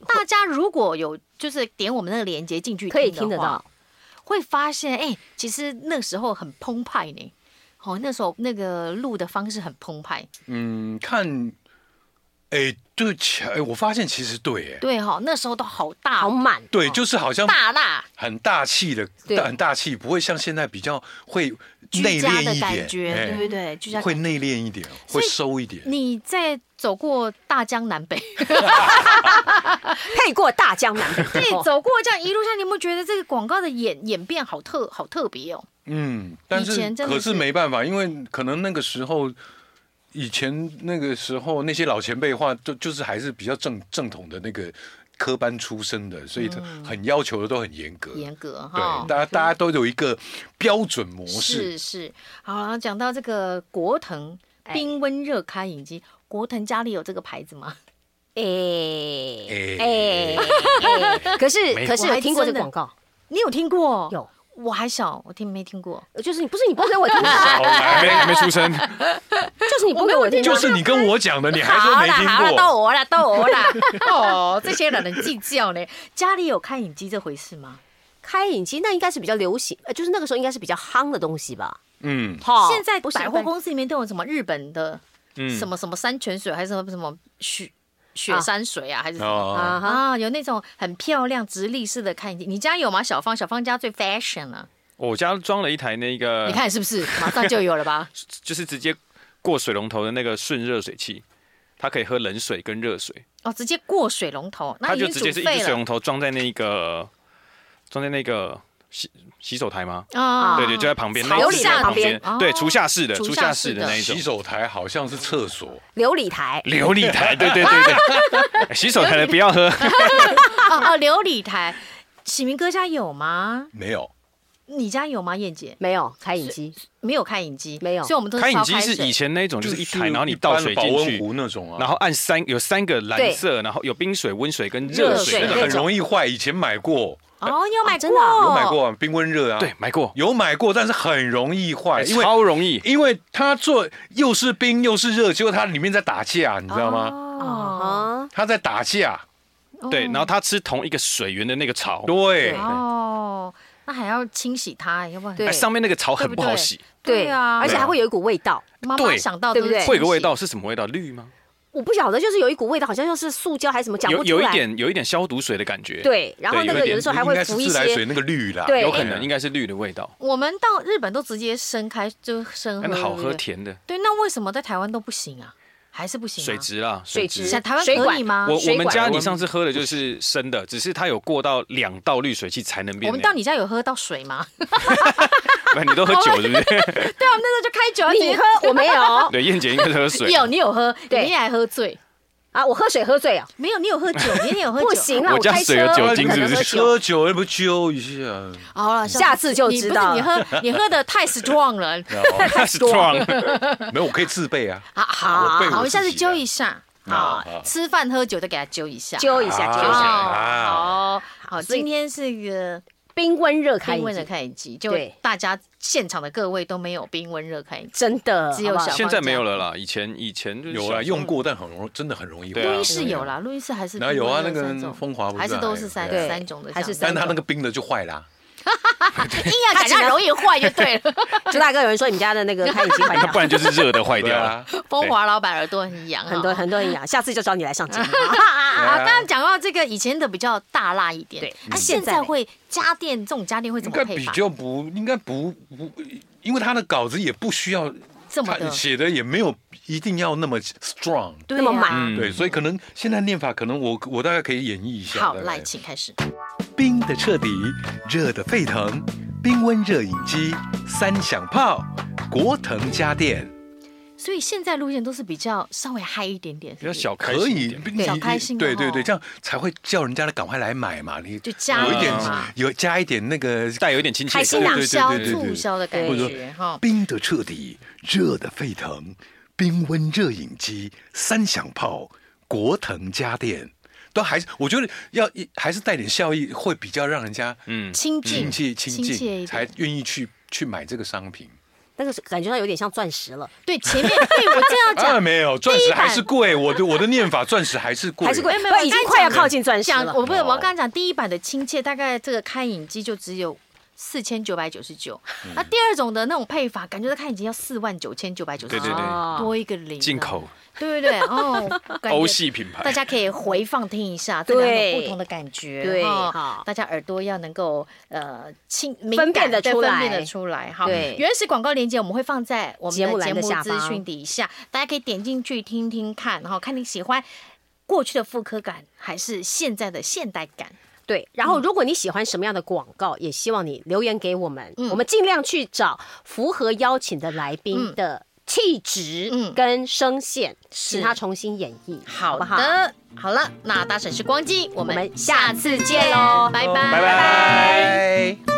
Speaker 5: 大家如果有就是点我们那个链接进去，
Speaker 1: 可以听得
Speaker 5: 话
Speaker 1: 到，
Speaker 5: 会发现，哎、其实那时候很澎湃呢。哦，那时候那个录的方式很澎湃，
Speaker 3: 嗯，看，哎，对，其哎，我发现其实对，哎，
Speaker 5: 对哈、哦那时候都好大
Speaker 1: 好满。哦
Speaker 3: 对，就是好像
Speaker 5: 大大
Speaker 3: 很大气的，
Speaker 1: 对
Speaker 3: 大很大气，不会像现在比较会
Speaker 5: 居
Speaker 3: 内
Speaker 5: 家
Speaker 3: 敛
Speaker 5: 的
Speaker 3: 一点，
Speaker 5: 感觉，
Speaker 3: 哎
Speaker 5: 对不对？居家
Speaker 3: 会内敛一点，
Speaker 5: 所
Speaker 3: 会
Speaker 5: 以
Speaker 3: 收一点。
Speaker 5: 你在走过大
Speaker 3: *laughs*
Speaker 5: 江南北，
Speaker 1: 配过大江南 *laughs* 北，
Speaker 5: 对，
Speaker 1: 哦
Speaker 5: 走过这样一路上，你有没有觉得这个广告的演演变好特好特别哦？
Speaker 3: 嗯，但
Speaker 5: 以
Speaker 3: 是
Speaker 5: 前真的
Speaker 3: 可
Speaker 5: 是
Speaker 3: 是没办法，因为可能那个时候，以前那个时候那些老前辈的话，就就是还是比较正正统的那个科班出身的，所以他很要求的都很严格。
Speaker 5: 嗯严格
Speaker 3: 嗯对
Speaker 5: 哈，，
Speaker 3: 大家大家都有一个标准模式。
Speaker 5: 是是。好，然后讲到这个国腾
Speaker 1: 哎
Speaker 5: 冰温热开饮机，国腾家里有这个牌子吗？
Speaker 1: 哎哎
Speaker 3: 哎
Speaker 1: 哎，可是可是
Speaker 5: 我
Speaker 1: 有
Speaker 5: 还
Speaker 1: 听过这
Speaker 5: 真的
Speaker 1: 广告，
Speaker 5: 你有听过？
Speaker 1: 有，
Speaker 5: 我还小，我听没听过。
Speaker 1: 呃就是你不是你播给我听的， *laughs*
Speaker 4: 还没还没出生，
Speaker 1: 就是你播给我听的
Speaker 3: *laughs* 就。是你跟我讲的，你还说
Speaker 5: 好
Speaker 3: 没
Speaker 5: 啦好啦，
Speaker 3: 听
Speaker 5: 到
Speaker 3: 过？
Speaker 5: 我啦，到我啦。 *laughs* 哦，这些人很计较呢。家里有开饮机这回事吗？
Speaker 1: 开饮机那应该是比较流行，呃，就是那个时候应该是比较夯的东西吧？
Speaker 3: 嗯，
Speaker 1: *laughs* 哈
Speaker 5: 现在
Speaker 1: 不是
Speaker 5: 百货公司里面都有什么日本的
Speaker 4: 嗯
Speaker 5: 什么什么山泉水，还是什么什么雪雪山水啊，还是什么？
Speaker 3: 哦，
Speaker 1: 啊哈，
Speaker 5: 啊，有那种很漂亮直立式的开饮机，你家有吗？小芳，小芳家最 fashion 了、
Speaker 4: 我家装了一台那个，
Speaker 5: 你看是不
Speaker 4: *laughs*
Speaker 5: 是？马上就有了吧？
Speaker 4: 就是直接过水龙头的那个顺热水器，它可以喝冷水跟热水，
Speaker 5: 哦，直接过水龙头，那
Speaker 4: 它
Speaker 5: 已
Speaker 4: 就
Speaker 5: 经
Speaker 4: 直
Speaker 5: 煮
Speaker 4: 接是一
Speaker 5: 沸
Speaker 4: 只水
Speaker 5: 了
Speaker 4: 龙头装在那个装在那个洗洗手台吗？
Speaker 5: 啊
Speaker 4: 对对，就在旁边，
Speaker 1: 朝
Speaker 4: 那一只
Speaker 1: 下
Speaker 4: 在旁
Speaker 1: 边
Speaker 5: 哦
Speaker 4: 对，厨下式的，
Speaker 5: 厨
Speaker 4: 厨
Speaker 5: 下
Speaker 4: 下
Speaker 5: 式
Speaker 4: 式的
Speaker 5: 的
Speaker 4: 那一种
Speaker 3: 洗手台好像是厕所，
Speaker 1: 琉璃台，
Speaker 4: 琉璃台，哎对对对
Speaker 5: *laughs*
Speaker 4: 对，洗手台的不要喝，
Speaker 5: 哦哦，琉璃台，喜明哥家有吗？
Speaker 3: *laughs* 没有。
Speaker 5: 你家有吗？燕姐
Speaker 1: 没有开饮机，
Speaker 5: 没有开饮机，
Speaker 1: 没有
Speaker 5: 所以我们都
Speaker 4: 开
Speaker 5: 烧
Speaker 4: 饮机是
Speaker 5: 水
Speaker 4: 以前那种，就是一台，然后你
Speaker 3: 一般
Speaker 4: 倒
Speaker 3: 的
Speaker 4: 水
Speaker 3: 保
Speaker 4: 进
Speaker 3: 温
Speaker 4: 去，
Speaker 3: 壶那种啊，
Speaker 4: 然后按三有三个蓝色，然后有冰水、温水跟热水
Speaker 1: 热水
Speaker 4: 那
Speaker 1: 那
Speaker 4: 种。
Speaker 1: 种
Speaker 3: 很容易坏。以前买过，
Speaker 5: 哦，你有买过？
Speaker 1: 真的啊
Speaker 3: 有买过啊冰温热啊，
Speaker 4: 对，，买过，
Speaker 3: 有买过，但是很容易坏，因为
Speaker 4: 超容易。
Speaker 3: 因为它做又是冰又是热，结果它里面在打架，你知道吗？
Speaker 1: 啊，
Speaker 5: 哦
Speaker 3: 它在打架，
Speaker 4: 对，然后它吃同一个水源的那个槽，
Speaker 3: 对
Speaker 1: 对，
Speaker 5: 哦，那还要清洗它，要不然
Speaker 1: 对
Speaker 4: 哎，上面那个槽很不好洗，
Speaker 1: 对
Speaker 5: 啊，
Speaker 1: 而且还会有一股味道，
Speaker 5: 妈妈
Speaker 4: 啊对
Speaker 5: 想到
Speaker 1: 对不
Speaker 5: 都是
Speaker 1: 对
Speaker 4: 会有个
Speaker 5: 清洗
Speaker 4: 味道是什么味道？绿吗？
Speaker 1: 我不晓得，就是有一股味道，好像像是塑胶还是什么，讲
Speaker 4: 有
Speaker 1: 不
Speaker 4: 有
Speaker 1: 出
Speaker 4: 一
Speaker 1: 来。
Speaker 4: 点有一点消毒水的感觉，，
Speaker 1: 对，然后
Speaker 4: 对
Speaker 1: 那
Speaker 4: 有
Speaker 1: 个
Speaker 4: 一
Speaker 1: 有的
Speaker 4: 点
Speaker 1: 时候还
Speaker 3: 应
Speaker 1: 会
Speaker 3: 该是
Speaker 1: 浮一
Speaker 3: 自来
Speaker 1: 些
Speaker 3: 水那个绿啦，
Speaker 1: 对
Speaker 4: 有可能应该是绿的味道，
Speaker 5: 我们到日本都直接生开就生喝，
Speaker 4: 但哎好
Speaker 5: 嗯
Speaker 4: 喝
Speaker 5: 对不对
Speaker 4: 甜的
Speaker 5: 对，那为什么在台湾都不行啊？还是不行、啊？
Speaker 4: 水质啦，
Speaker 1: 水
Speaker 4: 质
Speaker 1: 质
Speaker 5: 像台湾
Speaker 1: 水
Speaker 5: 可
Speaker 1: 管
Speaker 5: 以吗？
Speaker 4: 我我
Speaker 1: 水
Speaker 4: 们
Speaker 1: 管
Speaker 4: 家你上次喝的就是生的，只是它有过到两道滤水器才能变
Speaker 5: 我
Speaker 4: 那
Speaker 5: 们
Speaker 4: 样。
Speaker 5: 到你家有喝到水吗？ *laughs*
Speaker 4: 不然你都喝酒是不是？
Speaker 5: 对啊，我们那时候就开酒啊，
Speaker 1: 你
Speaker 5: 直接
Speaker 1: 喝我没有 *laughs*
Speaker 4: 对，燕姐应该是
Speaker 5: *laughs*
Speaker 4: 喝水。
Speaker 5: 有你有喝，
Speaker 1: 对
Speaker 5: 你也还喝醉，
Speaker 1: 啊，我喝水喝醉啊，
Speaker 5: 没有你有喝
Speaker 1: *laughs*
Speaker 5: 酒，你也有喝酒，
Speaker 1: 不行啊，
Speaker 4: 我家
Speaker 1: 开车
Speaker 4: 水有酒
Speaker 1: 我不
Speaker 4: 精
Speaker 1: 可
Speaker 4: 是不
Speaker 1: 能
Speaker 4: 是
Speaker 1: 喝酒。
Speaker 3: 喝酒了不揪一下，
Speaker 1: *laughs*
Speaker 5: 好了，
Speaker 1: 下次就知道了
Speaker 5: 你不是你喝，你喝的太 strong 了。
Speaker 4: 太 strong，
Speaker 3: 没有，我可以自备啊。
Speaker 5: 好好
Speaker 3: 我被我
Speaker 5: 好，下次
Speaker 3: 自己的
Speaker 5: 揪一下。好，吃饭喝酒都给他揪一下。
Speaker 1: 揪一下，揪一
Speaker 5: 好
Speaker 1: 下，
Speaker 3: 啊
Speaker 5: 好好，
Speaker 1: 所以
Speaker 5: 今天是一个
Speaker 1: 冰温热开
Speaker 5: 冰
Speaker 1: 饮
Speaker 5: 温的
Speaker 1: 机，
Speaker 5: 开饮机，就
Speaker 1: 对
Speaker 5: 大家现场的各位都没有冰温热开饮机，
Speaker 1: 真的，
Speaker 5: 只有
Speaker 1: 呃好不好
Speaker 5: 小
Speaker 4: 现在没有了啦，以前以前就是
Speaker 3: 有
Speaker 4: 小
Speaker 3: 啊，用过，但很容真的很容易
Speaker 4: 对
Speaker 5: 录
Speaker 4: 啊
Speaker 5: 音
Speaker 3: 坏。
Speaker 5: 室有啦，录音室还是
Speaker 3: 哪有啊
Speaker 5: 冰温热三
Speaker 3: 那个
Speaker 5: 种
Speaker 3: 风华不是
Speaker 5: 还是都是
Speaker 3: 还
Speaker 5: 三
Speaker 3: 有
Speaker 1: 对
Speaker 5: 三种的
Speaker 1: 还
Speaker 5: 香
Speaker 1: 是
Speaker 5: 肠，
Speaker 1: 三
Speaker 3: 但它那个冰的就坏啦，
Speaker 5: 硬要感觉容易坏就对
Speaker 3: *laughs*
Speaker 5: 了。 *laughs*
Speaker 1: 朱大哥，有人说你们家的 *laughs* 那个开饮机坏
Speaker 4: 那
Speaker 1: 掉
Speaker 4: 不。然就是热的坏
Speaker 3: 对
Speaker 4: 掉
Speaker 3: 啊
Speaker 4: 了。，
Speaker 5: 风华老板耳朵很痒啊，
Speaker 1: 很多很多人养，下次就找你来上节目。
Speaker 5: 啊，刚刚讲到这个以前的比较大辣一点，
Speaker 1: 对
Speaker 5: 那、
Speaker 1: 嗯
Speaker 5: 现在会家电这种家电会怎
Speaker 3: 应该
Speaker 5: 么配
Speaker 3: 比
Speaker 5: 法？
Speaker 3: 较不应该不不，因为他的稿子也不需要，
Speaker 5: 这么
Speaker 3: 他
Speaker 5: 的
Speaker 3: 写的也没有一定要那么 strong，
Speaker 5: 对
Speaker 1: 那么
Speaker 5: 呀
Speaker 1: 满
Speaker 4: 嗯
Speaker 3: 对，所以可能现在念法可能我我大概可以演绎一下。
Speaker 5: 好，
Speaker 3: 大概
Speaker 5: 来，请开始。
Speaker 3: 冰的彻底，热的沸腾，冰温热饮机，三响炮，国腾家电
Speaker 5: 所以现在路线都是比较稍微嗨一点点，
Speaker 4: 比较小开
Speaker 3: 可
Speaker 4: 心一
Speaker 3: 以
Speaker 4: 点，
Speaker 3: 你
Speaker 5: 小
Speaker 3: 你
Speaker 5: 开心哦
Speaker 3: 对对对，这样才会叫人家来赶快来买嘛。你
Speaker 5: 就加
Speaker 3: 有一点
Speaker 5: 入嘛，
Speaker 3: 有加一点那个
Speaker 4: 带有一点亲切
Speaker 1: 开心啊
Speaker 4: 感。
Speaker 5: 促销
Speaker 3: 对对对对
Speaker 5: 促
Speaker 3: 对
Speaker 5: 销的感
Speaker 3: 或者
Speaker 5: 觉哈
Speaker 3: 说。冰的彻底，热的沸腾，冰温热饮机，三响炮，国腾家电，都还是我觉得要一还是带点效益，会比较让人家
Speaker 4: 嗯，
Speaker 5: 亲近
Speaker 3: 亲切亲
Speaker 5: 亲切一
Speaker 3: 近，
Speaker 5: 点
Speaker 3: 才，愿意去去买这个商品。
Speaker 1: 那个是感觉到有点像钻石了，
Speaker 5: 对前面对我这样
Speaker 3: 当然
Speaker 5: 讲，
Speaker 3: 啊没有，钻石还是贵。我的我的念法，钻石还是贵，
Speaker 1: 还是贵，
Speaker 5: 没有
Speaker 1: 不已经快要靠近钻石
Speaker 5: 讲
Speaker 1: 了。
Speaker 5: 我不是我刚刚讲第一版的亲切，大概这个开饮机就只有四千九百九十九，那第二种的那种配法，感觉到开饮机要四万九千九百九十
Speaker 4: 对对
Speaker 5: 九
Speaker 4: 对，
Speaker 5: 多一个零，啊
Speaker 4: 进口
Speaker 5: 对对对，哦，感觉
Speaker 4: 欧系品牌
Speaker 5: 大，家可以回放听一下这
Speaker 1: 哎对
Speaker 5: 两种不同的感觉，
Speaker 1: 对
Speaker 5: 哈
Speaker 1: 好
Speaker 5: 大家耳朵要能够呃清敏
Speaker 1: 分辨
Speaker 5: 感
Speaker 1: 得
Speaker 5: 对
Speaker 1: 出
Speaker 5: 分辨
Speaker 1: 来
Speaker 5: 得出来哈。
Speaker 1: 对
Speaker 5: 原始广告链接我们会放在我们
Speaker 1: 节目
Speaker 5: 的
Speaker 1: 栏
Speaker 5: 节
Speaker 1: 的
Speaker 5: 目
Speaker 1: 下
Speaker 5: 资讯
Speaker 1: 方
Speaker 5: 底下，大家可以点进去听听看，哈，看你喜欢过去的复刻感还是现在的现代感。
Speaker 1: 对，然后如果你喜欢什么样的广告，也希望你留言给我们，
Speaker 5: 嗯
Speaker 1: 我们尽量去找符合邀请的来宾
Speaker 5: 嗯
Speaker 1: 的气质
Speaker 5: 嗯
Speaker 1: 跟声线，请
Speaker 5: 是
Speaker 1: 他重新演绎，
Speaker 5: 好
Speaker 1: 不
Speaker 5: 的，
Speaker 1: 好？
Speaker 5: 好了，那大婶时光机，我
Speaker 1: 我
Speaker 5: 们
Speaker 1: 们
Speaker 5: 下
Speaker 1: 下
Speaker 5: 次
Speaker 1: 次
Speaker 5: 见
Speaker 1: 见
Speaker 5: 喽
Speaker 1: 喽，
Speaker 5: 拜拜
Speaker 4: 拜拜。
Speaker 3: 拜。